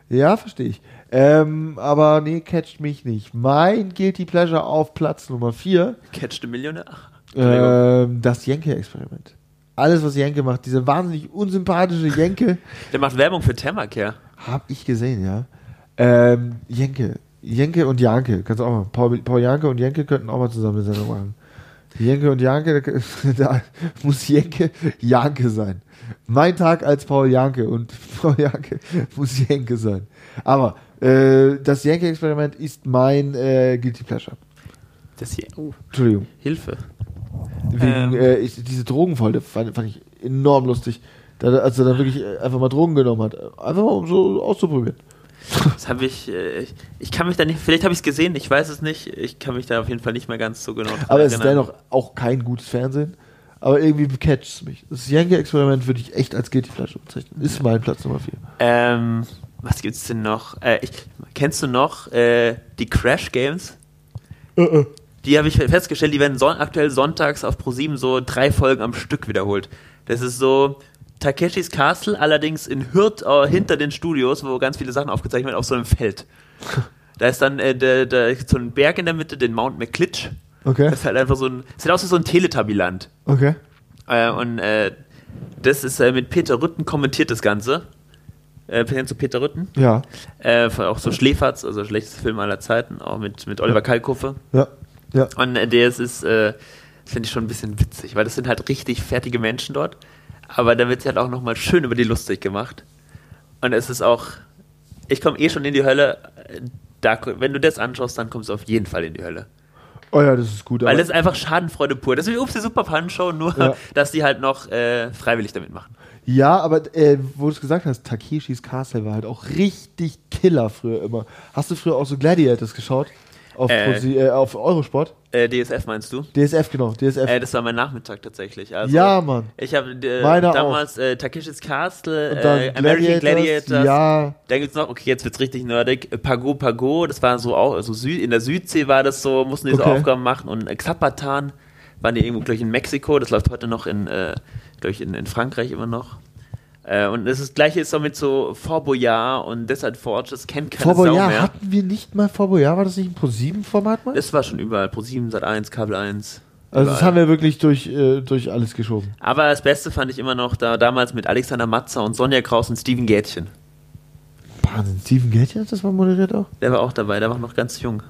Ja, verstehe ich. Ähm, aber nee, catcht mich nicht. Mein Guilty Pleasure auf Platz Nummer 4,
Catch the Millionaire. Ach, Entschuldigung.
ähm, das Jenke-Experiment. Alles, was Jenke macht, diese wahnsinnig unsympathische Jenke,
Der macht Werbung für Thermacare.
habe ich gesehen, ja. Ähm, Jenke. Jenke und Janke, kannst du auch mal. Paul, Paul Janke und Jenke könnten auch mal zusammen eine Sendung machen. Jenke und Janke, da, da muss Jenke Janke sein. Mein Tag als Paul Janke und Paul Janke muss Jenke sein. Aber äh, das Jenke-Experiment ist mein äh, Guilty Pleasure.
Das hier. Oh,
Entschuldigung.
Hilfe.
Wegen,
Ähm.
äh, ich, diese Drogenfolge fand, fand ich enorm lustig. Da, als er dann wirklich äh, einfach mal Drogen genommen hat. Einfach mal, um so auszuprobieren.
Das habe ich, äh, ich. Ich kann mich da nicht. Vielleicht habe ich es gesehen, ich weiß es nicht. Ich kann mich da auf jeden Fall nicht mehr ganz so genau dran
Aber es ist
erinnern.
dennoch auch kein gutes Fernsehen. Aber irgendwie catcht es mich. Das Yankee-Experiment würde ich echt als Guilty Pleasure bezeichnen. Ist mein Platz Nummer 4.
Ähm, was gibt's denn noch? Äh, ich, kennst du noch äh, die Crash Games? Die habe ich festgestellt, die werden son aktuell sonntags auf ProSieben so drei Folgen am Stück wiederholt. Das ist so Takeshis Castle, allerdings in Hürth äh, hinter den Studios, wo ganz viele Sachen aufgezeichnet werden, auf so einem Feld. Da ist dann äh, der, der, so ein Berg in der Mitte, den Mount McClitch.
Okay.
Das ist halt einfach so ein. Sieht aus wie so ein Teletubbyland.
Okay.
Äh, und äh, das ist äh, mit Peter Rütten kommentiert das Ganze. Äh, kennst du Peter Rütten?
Ja.
Äh, von- auch so Schläferz, also schlechtester Film aller Zeiten, auch mit, mit Oliver Kalkofe.
Ja. Ja.
Und äh, der ist, ist äh, das finde ich schon ein bisschen witzig, weil das sind halt richtig fertige Menschen dort. Aber da wird sich halt auch nochmal schön über die lustig gemacht. Und es ist auch, ich komme eh schon in die Hölle. äh, Da, wenn du das anschaust, dann kommst du auf jeden Fall in die Hölle.
Oh ja, das ist gut.
Weil
aber-
das ist einfach Schadenfreude pur. Das ist wie Ups, die Superpan-Show, nur
Ja.
dass die halt noch äh, freiwillig damit machen.
ja, aber äh, wo du es gesagt hast, Takeshis Castle war halt auch richtig Killer früher immer. Hast du früher auch so Gladiators geschaut? Auf,
Äh.
Prosi- äh, auf Eurosport?
Äh, DSF meinst du?
DSF, genau. DSF.
Äh, das war mein Nachmittag tatsächlich. Also,
Ja, Mann.
Ich habe äh,
Meiner auch.
damals äh, Takeshis Castle,
Und dann
äh, American
Gladiators,
Gladiators.
ja.
Dann gibt's noch, okay, jetzt wird's richtig nerdig. äh, Pago Pago, das war so auch, also Sü in der Südsee war das so, mussten diese
Okay.
Aufgaben machen. Und äh, Xapatan waren die irgendwo, glaube ich, in Mexiko. Das läuft heute noch in, äh, glaube ich, in, in Frankreich immer noch. Äh, und das, ist, das gleiche ist auch mit so Fort Boyard und Desert Forge, das kennt keine
Vor
Sau
Boyard
mehr.
hatten wir nicht mal vor Boyard. War das nicht ein Pro-7-Format mal?
Das war schon überall, Pro7, Sat1, Kabel 1.
also, das haben wir wirklich durch, äh, durch alles geschoben.
Aber das Beste fand ich immer noch da damals mit Alexander Matzer und Sonja Kraus und Steven Gätchen.
Wahnsinn. Steven Gätchen hat das mal moderiert auch?
Der war auch dabei, der war noch ganz jung.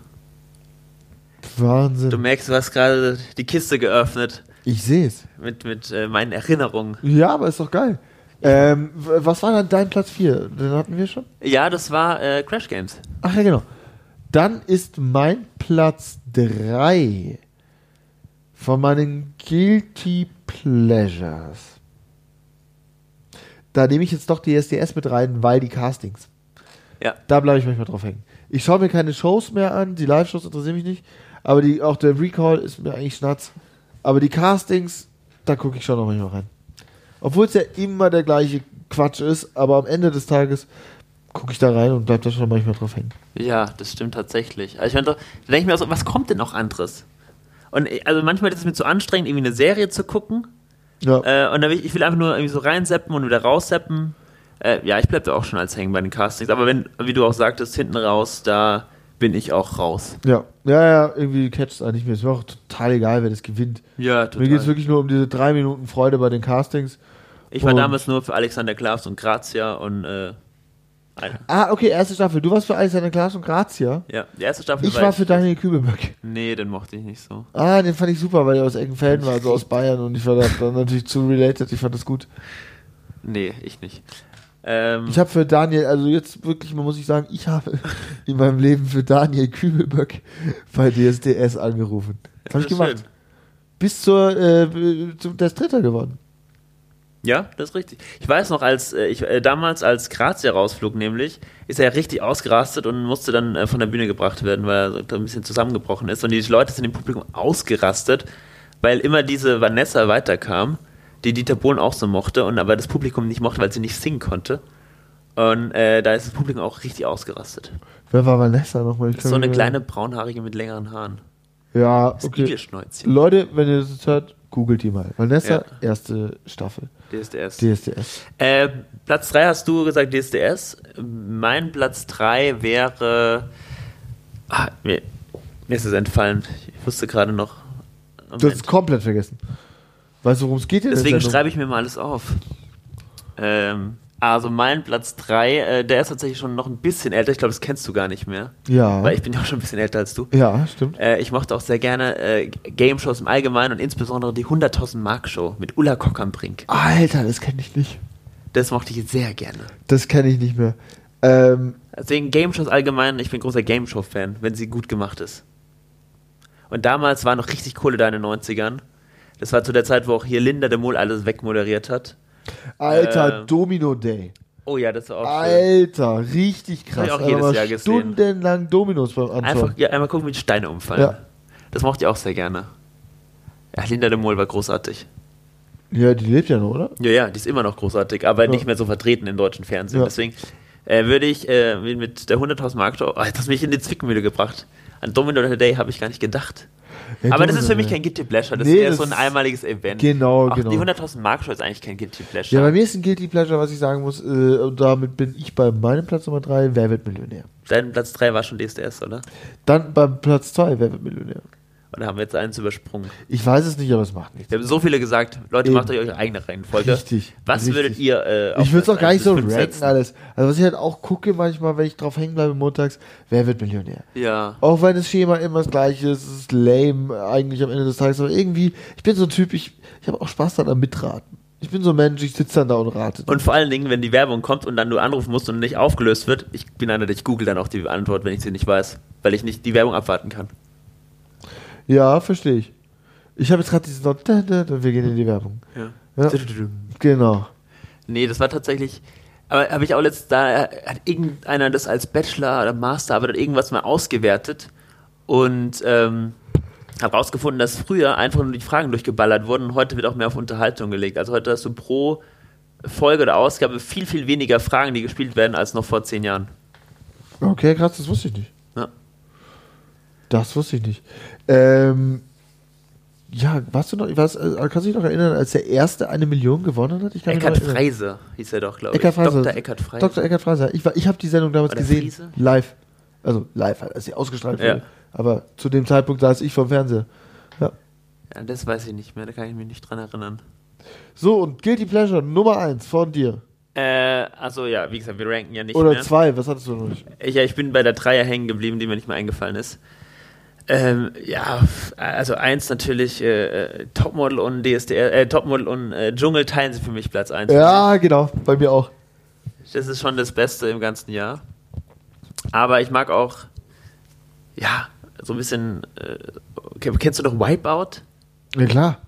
Wahnsinn.
Du merkst, du hast gerade die Kiste geöffnet
Ich sehe es.
mit, mit äh, meinen Erinnerungen.
Ja, aber ist doch geil. Ähm, w- was war dann dein Platz 4? Den hatten wir schon.
Ja, das war äh, Crash Games.
Ach ja, genau. Dann ist mein Platz 3 von meinen Guilty Pleasures. Da nehme ich jetzt doch die SDS mit rein, weil die Castings.
Ja.
Da bleibe ich manchmal drauf hängen. Ich schaue mir keine Shows mehr an, die Live-Shows interessieren mich nicht, aber die, auch der Recall ist mir eigentlich schnatz. Aber die Castings, da gucke ich schon noch manchmal rein. Obwohl es ja immer der gleiche Quatsch ist, aber am Ende des Tages gucke ich da rein und bleib da schon manchmal drauf hängen.
Ja, das stimmt tatsächlich. Also ich meine, da denke ich mir auch so, was kommt denn noch anderes? Und äh, also manchmal ist es mir zu anstrengend, irgendwie eine Serie zu gucken.
Ja.
Äh, und dann will ich, ich will einfach nur irgendwie so reinseppen und wieder rausseppen. Äh, ja, ich bleib da auch schon als hängen bei den Castings. Aber wenn, wie du auch sagtest, hinten raus, da bin ich auch raus.
Ja, ja, ja, irgendwie catcht es eigentlich mir. Ist mir auch total egal, wer das gewinnt.
Ja,
Mir geht es wirklich um- nur um diese drei Minuten Freude bei den Castings.
Ich war
Und-
damals nur für Alexander Klaas und Grazia und äh, ein-
Ah, okay, erste Staffel. Du warst für Alexander Klaas und Grazia.
ja, die erste Staffel
Ich war für Daniel Kübelböck.
Nee, den mochte ich nicht so.
Ah, den fand ich super, weil er aus Eggenfelden war, also aus Bayern. Und ich war da dann natürlich zu related. Ich fand das gut.
Nee, ich nicht. Ähm,
Ich habe für Daniel, also jetzt wirklich, man muss ich sagen, ich habe in meinem Leben für Daniel Kübelböck bei DSDS angerufen. Das habe ich
das ist
gemacht.
schön.
Bis zur, äh, zum, der ist Dritter geworden.
Ja, das ist richtig. Ich weiß noch, als äh, ich äh, damals als Grazia rausflog, nämlich, ist er richtig ausgerastet und musste dann äh, von der Bühne gebracht werden, weil er da ein bisschen zusammengebrochen ist. Und die Leute sind im Publikum ausgerastet, weil immer diese Vanessa weiterkam, die Dieter Bohlen auch so mochte, und aber das Publikum nicht mochte, weil sie nicht singen konnte. Und äh, da ist das Publikum auch richtig ausgerastet.
Wer war Vanessa nochmal? Ich
Das
kann
ist
mich
so eine
nicht
kleine
erinnern.
braunhaarige mit längeren Haaren.
Ja,
Das
okay.
Igelschnäuzchen.
Leute, wenn ihr das jetzt hört, googelt die mal. Vanessa,
Ja.
erste Staffel.
Der ist der erste.
DSDS.
Äh, Platz 3 hast du gesagt, DSDS. Mein Platz 3 wäre. Ah, mir, mir ist es entfallen. Ich wusste gerade noch.
Du hast es komplett vergessen. Weißt du, worum es geht in
Deswegen
der Sendung?
schreibe ich mir mal alles auf. Ähm, also mein Platz 3, äh, der ist tatsächlich schon noch ein bisschen älter. Ich glaube, das kennst du gar nicht mehr.
Ja.
Weil ich bin ja auch schon ein bisschen älter als du.
Ja, stimmt.
Äh, ich mochte auch sehr gerne äh, Game-Shows im Allgemeinen und insbesondere die 100.000 Mark-Show mit Ulla Kock am Brink.
Alter, das kenne ich nicht.
Das mochte ich sehr gerne.
Das kenne ich nicht mehr. Ähm,
Deswegen Game-Shows allgemein, ich bin großer Game-Show-Fan, wenn sie gut gemacht ist. Und damals war noch richtig Kohle da in den 90ern. Das war zu der Zeit, wo auch hier Linda de Mol alles wegmoderiert hat.
Alter,
Äh.
Domino Day.
Oh ja, das war auch schön.
Alter, richtig krass.
Hab ich auch
Alter,
jedes
mal
Jahr gesehen.
Stundenlang Dominos beim Anschauen.
Einfach ja, einmal gucken, wie die Steine umfallen.
Ja.
Das mochte ich auch sehr gerne. Ja, Linda de Mol war großartig.
Ja, die lebt ja noch, oder?
Ja, ja, die ist immer noch großartig, aber nicht mehr so vertreten im deutschen Fernsehen.
Ja.
Deswegen äh, würde ich äh, mit der 100.000 Mark Show, oh, das hat mich in die Zwickmühle gebracht. An Domino Day habe ich gar nicht gedacht.
Ja,
Aber
Domino
das ist für mich
Day.
kein Guilty Pleasure, das
Nee,
ist eher
das
so ein
ist-
einmaliges Event.
Genau,
Auch
genau.
Die 100.000 Mark Show ist eigentlich kein Guilty
Ja,
Pleasure.
bei mir ist ein Guilty Pleasure, was ich sagen muss. Äh, und damit bin ich bei meinem Platz Nummer 3, Wer wird Millionär?
Dein Platz 3 war schon DSDS, oder?
Dann beim Platz 2, Wer wird Millionär?
Oder haben wir jetzt eins übersprungen?
Ich weiß es nicht, aber es macht nichts.
Wir haben so viele gesagt, Leute,
Eben.
macht euch eure eigene Reihenfolge.
Richtig,
Was
richtig.
würdet ihr äh, auf
Ich würde es
Platz
auch gar
eins
nicht
bis
so
fünf
ranken
setzen?
alles. Also was ich halt auch gucke manchmal, wenn ich drauf hängen bleibe montags, wer wird Millionär?
Ja.
Auch wenn das Schema immer das gleiche ist, es ist lame eigentlich am Ende des Tages, aber irgendwie, ich bin so ein Typ, ich, ich habe auch Spaß dann am Mitraten. Ich bin so ein Mensch, ich sitze dann da und rate.
Und vor allen Dingen, wenn die Werbung kommt und dann du anrufen musst und nicht aufgelöst wird, ich bin einer, der ich google dann auch die Antwort, wenn ich sie nicht weiß, weil ich nicht die Werbung abwarten kann.
ja, verstehe ich. Ich habe jetzt gerade diesen Not, da, da, da, wir gehen in die Werbung.
Ja.
Ja. Genau.
Nee, das war tatsächlich. Aber habe ich auch letztens, da hat irgendeiner das als Bachelor oder Master, aber irgendwas mal ausgewertet und ähm, habe rausgefunden, dass früher einfach nur die Fragen durchgeballert wurden und heute wird auch mehr auf Unterhaltung gelegt. Also heute hast du pro Folge oder Ausgabe viel, viel weniger Fragen, die gespielt werden, als noch vor zehn Jahren. Ne?
Okay, krass, das wusste ich nicht.
Ja.
Das wusste ich nicht. Ähm, ja, warst du noch, warst, äh, kannst du dich noch erinnern, als der erste eine Million gewonnen hat? Ich kann mich
Eckart
noch erinnern.
Freise hieß er doch, glaube ich.
genau, Eckart Freiser.
Dr. Eckart Freise.
Dr. Eckart Freiser. Ich, war- ich habe die Sendung damals
War der
gesehen.
Friese?
Live. Also live, halt, als sie ausgestrahlt
Ja.
wurde. Aber zu dem Zeitpunkt saß ich vom Fernseher. Ja.
ja, das weiß ich nicht mehr, da kann ich mich nicht dran erinnern.
So, und Guilty Pleasure Nummer 1 von dir.
Äh, also ja, wie gesagt, wir ranken ja nicht
Oder
mehr.
zwei, was hattest du noch nicht?
Ich, ja, ich bin bei der Dreier hängen geblieben, die mir nicht mehr eingefallen ist. Ähm, ja, f- also eins natürlich, äh, äh, Topmodel und DSDR, äh, Topmodel und äh, Dschungel teilen sie für mich Platz eins.
Ja, genau, bei mir auch.
Das ist schon das Beste im ganzen Jahr. Aber ich mag auch, ja, so ein bisschen, äh, okay, kennst du doch Wipeout?
Ja, klar.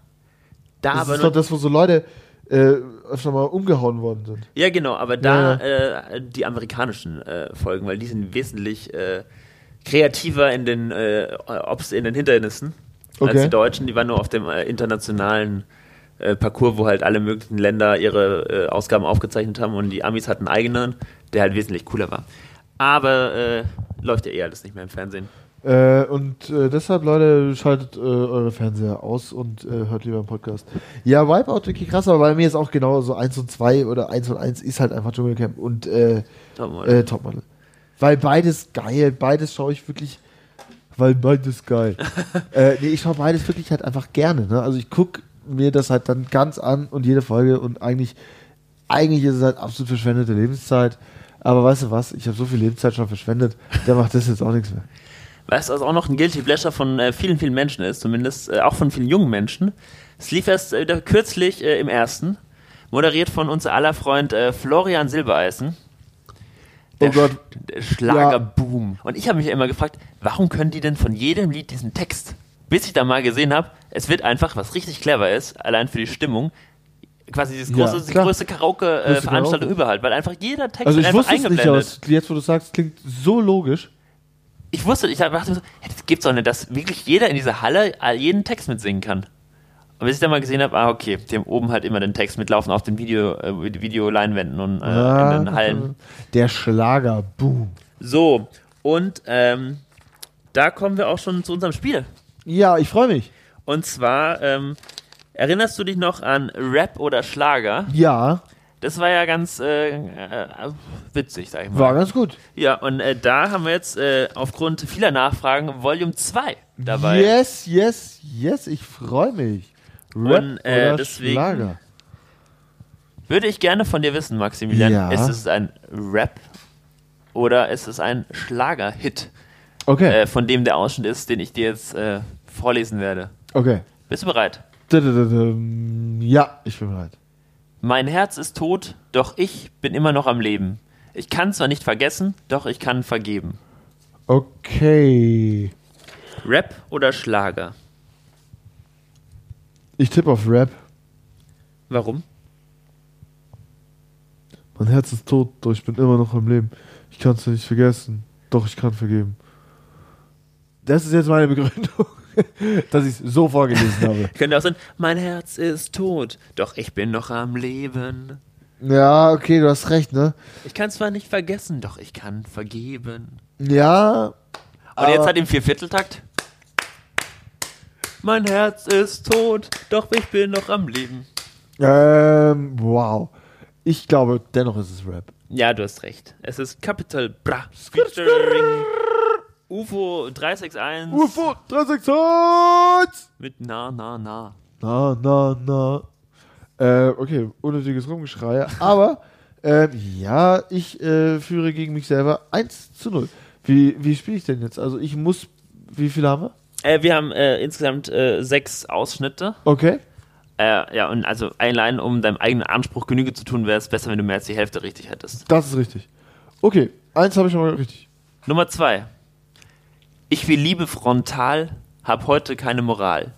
Da
Das
aber
ist
nur,
doch das, wo so Leute äh, öfter mal umgehauen worden sind.
ja genau, aber da
Ja,
Äh, die amerikanischen äh, Folgen, weil die sind wesentlich äh, kreativer in den, äh, ob's in den Hindernissen als
Okay.
die Deutschen. Die waren nur auf dem äh, internationalen äh, Parcours, wo halt alle möglichen Länder ihre äh, Ausgaben aufgezeichnet haben und die Amis hatten einen eigenen, der halt wesentlich cooler war. Aber äh, läuft ja eh alles nicht mehr im Fernsehen.
Äh, und äh, deshalb, Leute, schaltet äh, eure Fernseher aus und äh, hört lieber einen Podcast. Ja, Wipeout wirklich krass, aber bei mir ist auch genau so 1 und 2 oder 1 und 1 ist halt einfach Dschungelcamp und äh,
Topmodel.
äh, Topmodel. Weil beides geil, beides schaue ich wirklich, weil beides geil. äh, nee, ich schaue beides wirklich halt einfach gerne. Ne? Also ich gucke mir das halt dann ganz an und jede Folge und eigentlich, eigentlich ist es halt absolut verschwendete Lebenszeit. Aber weißt du was, ich habe so viel Lebenszeit schon verschwendet, der macht das jetzt auch nichts mehr.
Weißt du, was also auch noch ein Guilty Pleasure von äh, vielen, vielen Menschen ist, zumindest äh, auch von vielen jungen Menschen. Es lief erst äh, wieder kürzlich äh, im ersten, moderiert von unser aller Freund äh, Florian Silbereisen. Der,
Oh Gott.
Sch- der Schlagerboom. Und ich habe mich ja immer gefragt, warum können die denn von jedem Lied diesen Text? Bis ich da mal gesehen habe, es wird einfach, was richtig clever ist, allein für die Stimmung, quasi dieses
Ja,
große, die
klar. Größte
größte Karaoke-Veranstaltung
Karaoke.
überall, weil einfach jeder Text
Also
wird
ich
einfach
wusste es nicht,
eingeblendet.
aber es- jetzt wo du sagst, klingt so logisch.
Ich wusste, ich dachte mir so, hey, das gibt's doch nicht, dass wirklich jeder in dieser Halle all- jeden Text mitsingen kann. Aber bis ich dann mal gesehen habe, ah, okay, die haben oben halt immer den Text mitlaufen auf den Video, äh, Videoleinwänden und äh, in den Hallen.
Der Schlagerboom.
So, und ähm, da kommen wir auch schon zu unserem Spiel.
Ja, ich freue mich.
Und zwar, ähm, erinnerst du dich noch an Rap oder Schlager?
Ja,
Das war ja ganz äh, äh, witzig, sag ich mal.
war ganz gut.
Ja, und äh, da haben wir jetzt äh, aufgrund vieler Nachfragen Volume 2 dabei.
Yes, yes, yes, ich freue mich. Rap
Und, äh,
oder
deswegen-
Schlager.
Würde ich gerne von dir wissen, Maximilian.
Ja.
Ist es ein Rap oder ist es ein Schlager-Hit,
Okay,
äh, von dem der Ausschnitt ist, den ich dir jetzt äh, vorlesen werde?
okay.
Bist du bereit?
Dudududum. Ja, ich bin bereit.
Mein Herz ist tot, doch ich bin immer noch am Leben. Ich kann zwar nicht vergessen, doch ich kann vergeben.
Okay.
Rap oder Schlager?
Ich tippe auf Rap.
Warum?
Mein Herz ist tot, doch ich bin immer noch im Leben. Ich kann es nicht vergessen, doch ich kann vergeben. Das ist jetzt meine Begründung, dass ich es so vorgelesen habe.
Könnte auch sein, mein Herz ist tot, doch ich bin noch am Leben.
Ja, okay, du hast recht, ne?
Ich kann zwar nicht vergessen, doch ich kann vergeben.
Ja,
Und jetzt halt im Viervierteltakt. Mein Herz ist tot, doch ich bin noch am Leben.
ähm, wow. Ich glaube, dennoch ist es Rap.
Ja, du hast recht. Es ist Capital Bra. Featuring UFO 361
UFO 361!
mit Na Na Na.
Na, na, na. Äh, okay, unnötiges Rumgeschrei. Aber, ähm, ja, ich äh, führe gegen mich selber 1 zu 0. Wie, wie spiele ich denn jetzt? Also, ich muss. Wie viele haben wir?
Äh, wir haben äh, insgesamt äh, sechs Ausschnitte.
Okay.
Äh, ja, und also allein um deinem eigenen Anspruch Genüge zu tun, wäre es besser, wenn du mehr als die Hälfte richtig hättest.
Das ist richtig. Okay, eins habe ich schon mal richtig.
Nummer zwei. Ich will Liebe frontal, hab heute keine Moral.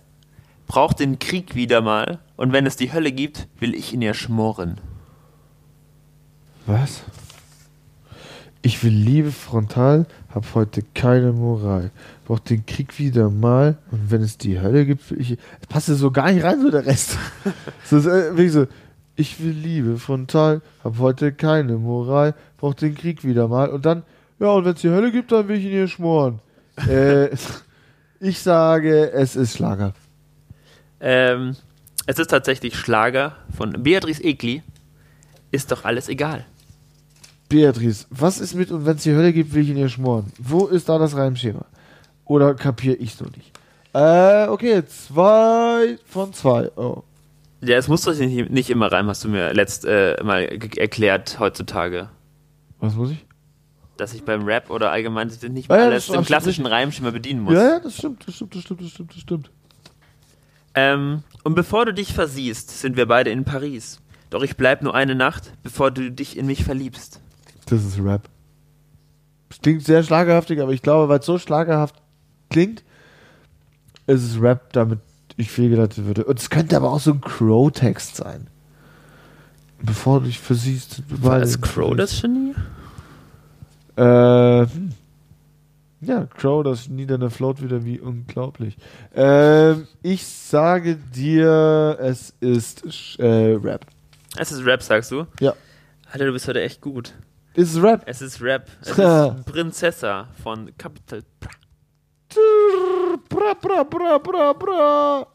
Brauch den Krieg wieder mal, und wenn es die Hölle gibt, will ich in ihr schmoren.
Was? Ich will Liebe frontal, hab heute keine Moral. Brauch den Krieg wieder mal und wenn es die Hölle gibt, will ich. Es passt ja so gar nicht rein, so der Rest. so, ist, äh, wirklich so, ich will Liebe frontal, hab heute keine Moral, brauch den Krieg wieder mal und dann, ja, und wenn es die Hölle gibt, dann will ich in ihr schmoren. äh, ich sage, es ist Schlager.
Ähm, es ist tatsächlich Schlager von Beatrice Egli. Ist doch alles egal.
Beatrice, was ist mit und wenn es die Hölle gibt, will ich in ihr schmoren? Wo ist da das Reimschema? Oder kapiere ich's noch nicht? Äh, okay, zwei von zwei. Oh.
Ja, es muss doch nicht, nicht immer rein, hast du mir letzt äh, mal ge- erklärt heutzutage.
Was muss ich?
Dass ich beim Rap oder allgemein sich nicht
Ja, ja,
alles
das ist
im
absolut
klassischen Reimschema bedienen muss.
Ja, ja, das stimmt, das stimmt, das stimmt, das stimmt, das stimmt.
Ähm, und bevor du dich versiehst, sind wir beide in Paris. Doch ich bleib nur eine Nacht, bevor du dich in mich verliebst.
Das ist Rap. Es klingt sehr schlagerhaftig, aber ich glaube, weil es so schlagerhaft klingt, ist es Rap, damit ich fehlgeleitet würde. Und es könnte aber auch so ein Crow-Text sein. Bevor du dich versiehst.
War
weil-
das Crow das Genie?
Äh, hm. ja, Crow, das Niederne float wieder wie unglaublich. Ähm, ich sage dir, es ist Sch- äh, Rap.
Es ist Rap, sagst du?
Ja.
Alter, du bist heute echt gut.
Ist es Rap?
Es ist Rap. Es ist Prinzessa von Capital Bra.
Bra, bra, bra, bra, bra.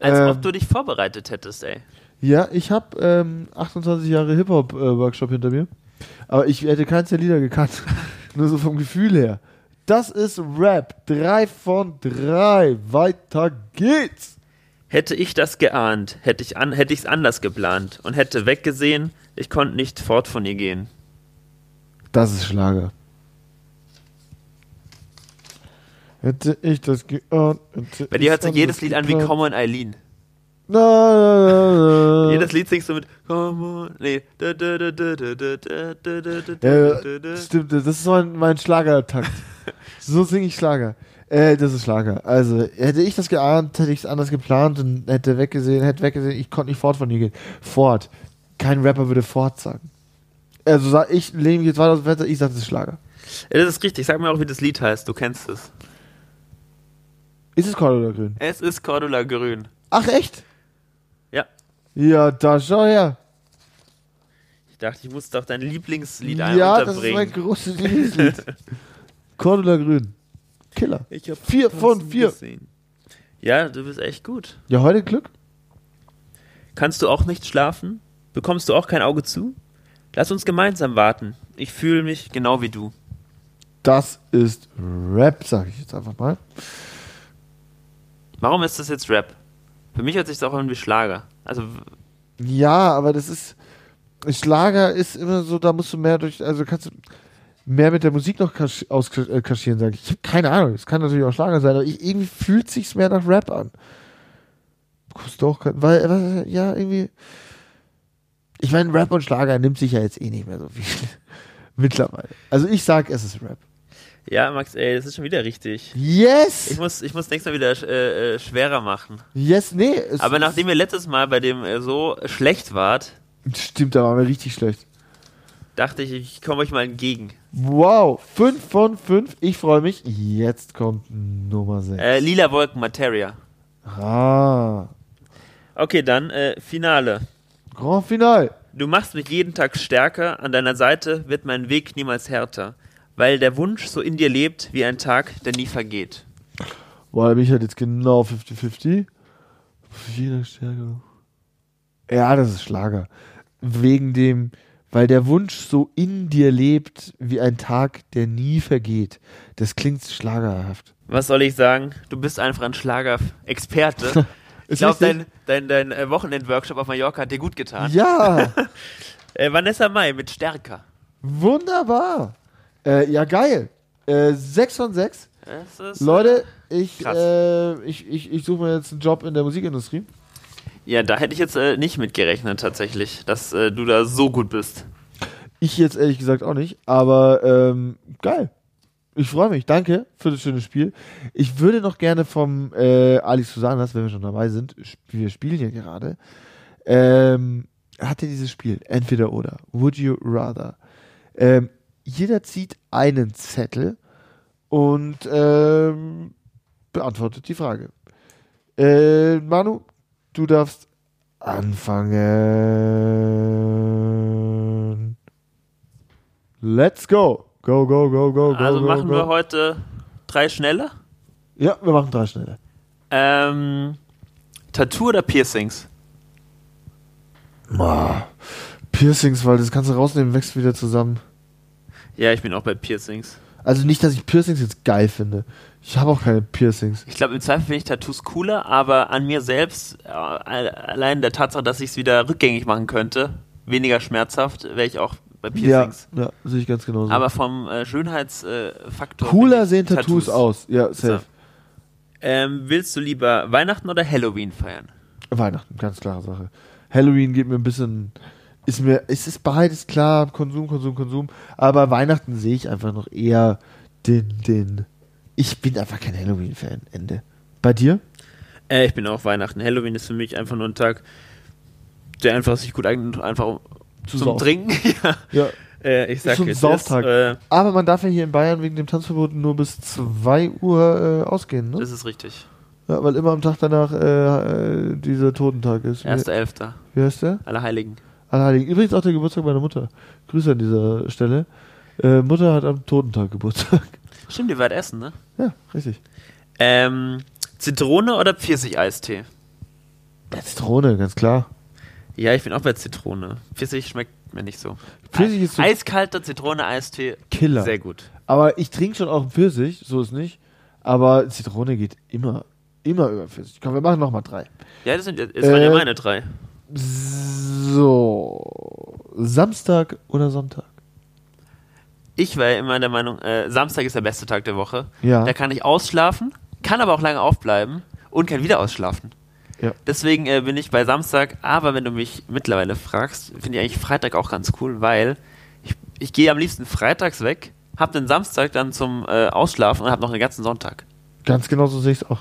Als
Ähm.
ob du dich vorbereitet hättest, ey.
Ja, ich habe ähm, 28 Jahre Hip-Hop-Workshop hinter mir, aber ich hätte keins der Lieder gekannt. Nur so vom Gefühl her. Das ist Rap. 3 von 3. Weiter geht's.
Hätte ich das geahnt, hätte ich an, hätte ich's anders geplant und hätte weggesehen, ich konnte nicht fort von ihr gehen.
Das ist Schlager. Hätte ich das geahnt. hätte
Bei dir
ich
hört sich jedes
anders
Lied an wie
geplant.
Common Eileen.
Na, na, na, na.
Jedes Lied singst du mit Common. Nee. Da, da, da, da, da, da, da, da, da, da, da, da.
Ja, stimmt, das ist mein, mein Schlagertakt. so singe ich Schlager. Äh, das ist Schlager. Also, hätte ich das geahnt, hätte ich es anders geplant und hätte weggesehen, hätte weggesehen, ich konnte nicht fort von ihr gehen. Fort. Kein Rapper würde fort sagen. Also, sag, ich lehne mich jetzt weiter aus dem Fenster, ich sage, das ist Schlager.
Ja, Das ist richtig. Sag mir auch, wie das Lied heißt. Du kennst es.
Ist es Korn oder Grün?
Es ist Cordula Grün.
Ach, echt?
Ja.
Ja, da schau her.
Ich dachte, ich muss doch dein Lieblingslied ein
Ja, das ist mein
unterbringen.
großes Lieblingslied. Korn oder Grün? Killer.
Ich hab
Vier von
Tanzen
vier.
gesehen. Ja, du bist echt gut.
Ja, heute Glück?
Kannst du auch nicht schlafen? Bekommst du auch kein Auge zu? Lass uns gemeinsam warten. Ich fühle mich genau wie du.
Das ist Rap, sage ich jetzt einfach mal.
Warum ist das jetzt Rap? Für mich hört sich auch irgendwie Schlager. Also, w-
Ja, aber das ist. Schlager ist immer so, da musst du mehr durch. Also kannst du mehr mit der Musik noch kasch, aus, äh, kaschieren, sage ich. Ich habe keine Ahnung. Es kann natürlich auch Schlager sein, aber ich, irgendwie fühlt sich's mehr nach Rap an. Kostet doch kein, weil, äh, ja, irgendwie. Ich meine, Rap und Schlager nimmt sich ja jetzt eh nicht mehr so viel. Mittlerweile. Also ich sag, es ist Rap.
ja, Max, ey, das ist schon wieder richtig. Ich
Yes!
muss, ich muss nächstes Mal wieder äh, äh, schwerer machen.
Yes, nee. Es,
Aber nachdem ihr letztes Mal bei dem äh, so schlecht wart,
Stimmt, da waren wir richtig schlecht.
dachte ich, ich komme euch mal entgegen.
Wow, 5 von 5. Ich freue mich. Jetzt kommt Nummer 6.
Äh, Lila Wolken Materia.
Ah,
Okay, dann äh, Finale.
Grand Final.
Du machst mich jeden Tag stärker, an deiner Seite wird mein Weg niemals härter, weil der Wunsch so in dir lebt wie ein Tag, der nie vergeht.
Boah, da bin ich halt jetzt genau 50-50. Jeder Stärke. Ja, das ist Schlager. Wegen dem, weil der Wunsch so in dir lebt wie ein Tag, der nie vergeht. Das klingt schlagerhaft.
Was soll ich sagen? Du bist einfach ein Schlager-Experte. Ich
Ist
glaube, dein,
richtig?
dein, dein äh, Wochenend-Workshop auf Mallorca hat dir gut getan.
Ja,
Äh, Vanessa Mai mit Stärker.
wunderbar. Äh, ja, geil. Äh, 6 von 6.
Das ist-
Leute, ich,
Krass.
äh, ich, ich, ich suche mir jetzt einen Job in der Musikindustrie.
Ja, da hätte ich jetzt äh, nicht mit gerechnet tatsächlich, dass äh, du da so gut bist.
Ich jetzt ehrlich gesagt auch nicht, aber ähm, geil. Ich freue mich. Danke für das schöne Spiel. Ich würde noch gerne vom äh, Ali Susanas, wenn wir schon dabei sind, sp- wir spielen hier gerade, ähm, hatte dieses Spiel, entweder oder, would you rather. Ähm, jeder zieht einen Zettel und ähm, beantwortet die Frage. Äh, Manu, du darfst anfangen. Let's go. Go, go, go, go, go.
Also
go,
machen
go.
wir heute drei schnelle.
Ja, wir machen drei schnelle.
Ähm, Tattoo oder Piercings?
Boah. Piercings, weil das kannst du rausnehmen, wächst wieder zusammen.
Ja, ich bin auch bei Piercings.
Also nicht, dass ich Piercings jetzt geil finde. Ich habe auch keine Piercings.
Ich glaube, im Zweifel finde ich Tattoos cooler, aber an mir selbst, äh, alle- allein der Tatsache, dass ich es wieder rückgängig machen könnte, weniger schmerzhaft, wäre ich auch bei Piercings.
Ja, ja sehe ich ganz genauso.
Aber vom äh, Schönheitsfaktor. Äh, Faktor
cooler
finde
sehen
ich
Tattoos, aus. Ja, safe.
Ähm, willst du lieber Weihnachten oder Halloween feiern?
Weihnachten, ganz klare Sache. Halloween geht mir ein bisschen. Ist mir, es ist beides klar, Konsum, Konsum, Konsum. Aber Weihnachten sehe ich einfach noch eher den, den. Ich bin einfach kein Halloween-Fan. Ende. Bei dir?
Äh, ich bin auch Weihnachten. Halloween ist für mich einfach nur ein Tag, der einfach sich gut eignet, einfach um- zum
saufen.
Trinken. ja.
Ja.
Äh, ich
Ist
sag
so ein
jetzt.
Sauftag.
Äh,
Aber man darf ja hier in Bayern wegen dem Tanzverbot nur bis 2 Uhr äh, ausgehen, ne?
das ist richtig.
Ja, weil immer am Tag danach äh, äh, dieser Totentag ist. Wie,
Erster Elfter.
wie heißt der?
Allerheiligen.
Allerheiligen. Übrigens auch der Geburtstag meiner Mutter. Grüße an dieser Stelle. Äh, Mutter hat am Totentag Geburtstag.
Stimmt, ihr wart essen, ne?
ja, richtig.
Ähm, Zitrone oder Pfirsicheistee?
Ja, Zitrone, ganz klar.
Ja, ich bin auch bei Zitrone. Pfirsich schmeckt mir nicht so.
Pfirsich ist so-
Eiskalter Zitrone-Eistee.
Killer.
Sehr gut.
Aber ich trinke schon auch einen Pfirsich, so ist nicht. Aber Zitrone geht immer, immer über den Pfirsich. Komm, wir machen nochmal drei.
Ja, das, sind, das waren ja
Äh,
meine drei.
So. Samstag oder Sonntag?
Ich war ja immer der Meinung, äh, Samstag ist der beste Tag der Woche.
Ja.
Da kann ich ausschlafen, kann aber auch lange aufbleiben und kann wieder ausschlafen.
Ja.
Deswegen äh, bin ich bei Samstag, aber wenn du mich mittlerweile fragst, finde ich eigentlich Freitag auch ganz cool, weil ich, ich gehe am liebsten freitags weg, hab den Samstag dann zum äh, Ausschlafen und hab noch den ganzen Sonntag.
Ganz genau so sehe ich es auch.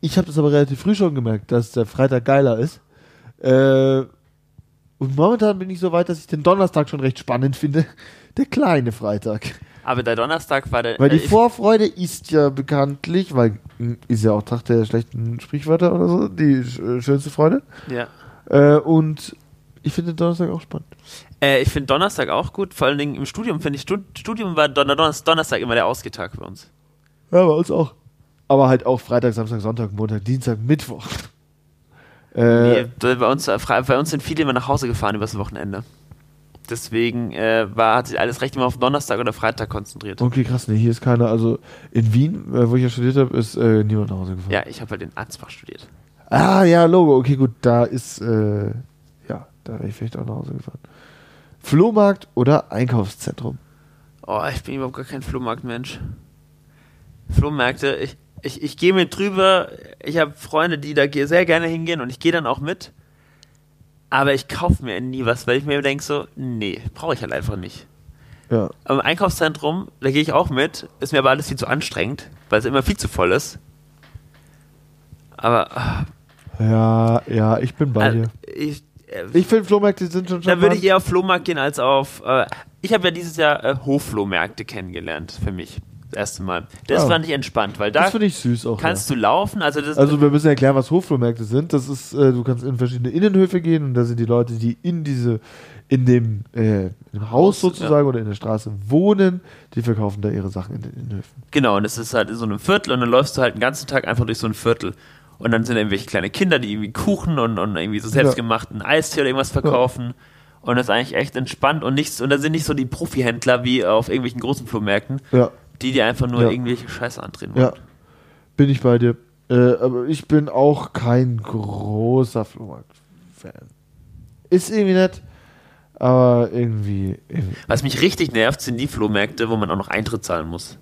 Ich habe das aber relativ früh schon gemerkt, dass der Freitag geiler ist. Äh, und momentan bin ich so weit, dass ich den Donnerstag schon recht spannend finde. Der kleine Freitag.
Aber der Donnerstag war der.
Weil die
äh, ich-
Vorfreude ist ja bekanntlich, weil mh, ist ja auch Tag der schlechten Sprichwörter oder so, die sch- äh, schönste Freude.
ja.
Äh, und ich finde den Donnerstag auch spannend.
Äh, ich finde Donnerstag auch gut, vor allen Dingen im Studium finde ich, Stud Studium war Don Don Donnerstag immer der Ausgehtag bei uns.
Ja, bei uns auch. Aber halt auch Freitag, Samstag, Sonntag, Montag, Dienstag, Mittwoch. Äh,
Nee, bei, bei uns, war frei- bei uns sind viele immer nach Hause gefahren übers Wochenende. Deswegen äh, war, hat sich alles recht immer auf Donnerstag oder Freitag konzentriert.
Okay, krass, nee, hier ist keiner. Also in Wien, äh, wo ich ja studiert habe, ist äh, niemand nach Hause gefahren.
Ja, ich habe halt in Ansbach studiert.
Ah, ja, Logo, okay, gut, da ist, äh, ja, da wäre ich vielleicht auch nach Hause gefahren. Flohmarkt oder Einkaufszentrum?
Oh, ich bin überhaupt gar kein Flohmarktmensch. Flohmärkte, ich, ich, ich gehe mit drüber. Ich habe Freunde, die da ge- sehr gerne hingehen und ich gehe dann auch mit. Aber ich kaufe mir nie was, weil ich mir denke so, nee, brauche ich halt einfach nicht.
Ja.
Im Einkaufszentrum, da gehe ich auch mit, ist mir aber alles viel zu anstrengend, weil es immer viel zu voll ist. Aber ah,
Ja, ja, ich bin bei
also,
dir.
ich, äh,
Ich finde, Flohmärkte sind schon schon.
da würde ich eher auf Flohmarkt gehen als auf. Äh, ich habe ja dieses Jahr äh, Hofflohmärkte kennengelernt für mich. Das erste Mal. Das
Ah.
fand ich entspannt, weil da
das finde ich süß auch. Ja.
kannst du laufen. Also, das,
Also wir müssen erklären, was Hofflohmärkte sind. Das ist, äh, du kannst in verschiedene Innenhöfe gehen und da sind die Leute, die in diese, in dem, äh, in dem Haus
Haus, ja.
sozusagen oder in der Straße wohnen, die verkaufen da ihre Sachen in den Innenhöfen.
genau, und es ist halt in so einem Viertel und dann läufst du halt den ganzen Tag einfach durch so ein Viertel. Und dann sind irgendwelche kleine Kinder, die irgendwie Kuchen und, und irgendwie so selbstgemachten Eistee oder irgendwas verkaufen. Und das ist eigentlich echt entspannt und nichts, und da sind nicht so die Profihändler wie auf irgendwelchen großen Flohmärkten,
Ja,
die dir einfach nur
Ja.
irgendwelche Scheiße antreten wollen.
ja, bin ich bei dir. Äh, aber ich bin auch kein großer Flohmarkt-Fan. Ist irgendwie nett, aber irgendwie, irgendwie
Was mich richtig nervt, sind die Flohmärkte, wo man auch noch Eintritt zahlen muss.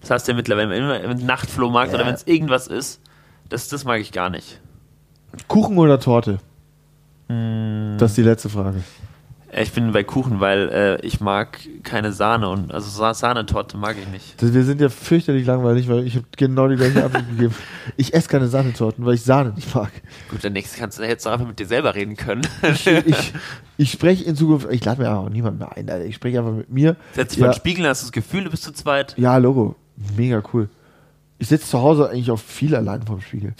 Das heißt ja mittlerweile immer im Nachtflohmarkt oder wenn es irgendwas ist. Das, das mag ich gar nicht.
Kuchen oder Torte? Das ist die letzte Frage.
Äh, Ich bin bei Kuchen, weil äh, ich mag keine Sahne und also Sa Sahnetorte mag ich nicht.
Das, wir sind ja fürchterlich langweilig, weil ich habe genau die gleiche Antwort gegeben. Ich esse keine Sahnetorten, weil ich Sahne nicht mag.
Gut, dann nächstes kannst du jetzt doch einfach mit dir selber reden können.
Ich, ich spreche in Zukunft, ich lade mir auch niemanden mehr ein, Alter. Ich spreche einfach mit mir.
Setz dich vor
ja,
den Spiegel, hast du das Gefühl, du bist zu zweit.
ja, Logo. Mega cool. Ich sitze zu Hause eigentlich auch viel allein vorm Spiegel.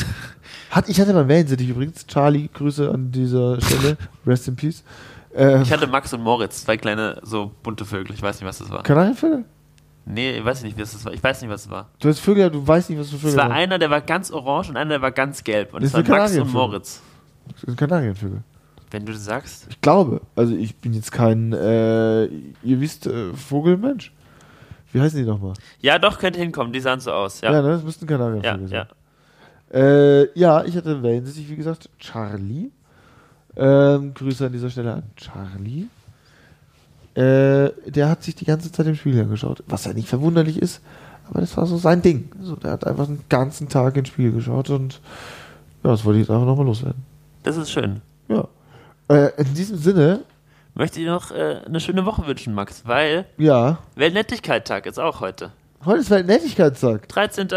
Hat, ich hatte mal einen Wellensittich übrigens. Charlie, Grüße an dieser Stelle. Rest in Peace. Ähm,
Ich hatte Max und Moritz, zwei kleine, so bunte Vögel. Ich weiß nicht, was das war.
Kanarienvögel?
Nee, ich weiß nicht, was das war. Ich weiß nicht, was es war.
Du hast Vögel, du weißt nicht, was für Vögel
Es war
sind.
einer, der war ganz orange und einer, der war ganz gelb. Und
Das
es waren
sind
Max und
Kanarienvögel.
Moritz.
Das sind Kanarienvögel.
Wenn du das sagst.
Ich glaube. Also ich bin jetzt kein, äh, ihr wisst, äh, Vogelmensch. Wie heißen die nochmal?
Ja, doch, könnte hinkommen. Die sahen so aus.
Ja,
Ja,
ne? Das müssten
ja,
Kanarienvögel
ja.
sein. Äh, ja, ich hatte Wellensittich, wie gesagt, Charlie. Ähm, Grüße an dieser Stelle an Charlie. Äh, der hat sich die ganze Zeit im Spiegel angeschaut, was ja nicht verwunderlich ist, aber das war so sein Ding. Also, der hat einfach den ganzen Tag in den Spiegel geschaut und ja, das wollte ich jetzt einfach nochmal loswerden.
Das ist schön.
Ja. Äh, in diesem Sinne,
Möchte dir noch äh, eine schöne Woche wünschen, Max, weil
ja,
Weltnettigkeit-Tag ist auch heute.
heute ist Weltnettigkeitstag.
13.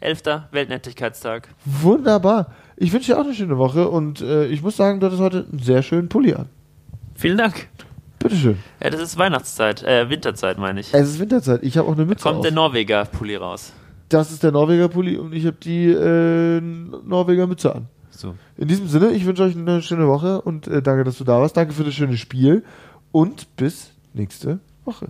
11. Weltnettigkeitstag.
Wunderbar. Ich wünsche dir auch eine schöne Woche und äh, ich muss sagen, du hattest heute einen sehr schönen Pulli an.
Vielen Dank.
Bitteschön.
Ja, das ist Weihnachtszeit, äh, Winterzeit meine ich.
Es ist Winterzeit. Ich habe auch eine Mütze
Kommt
auf.
der Norweger-Pulli raus.
das ist der Norweger Pulli und ich habe die äh, Norweger Mütze an.
So.
In diesem Sinne, ich wünsche euch eine schöne Woche und äh, danke, dass du da warst. Danke für das schöne Spiel und bis nächste Woche.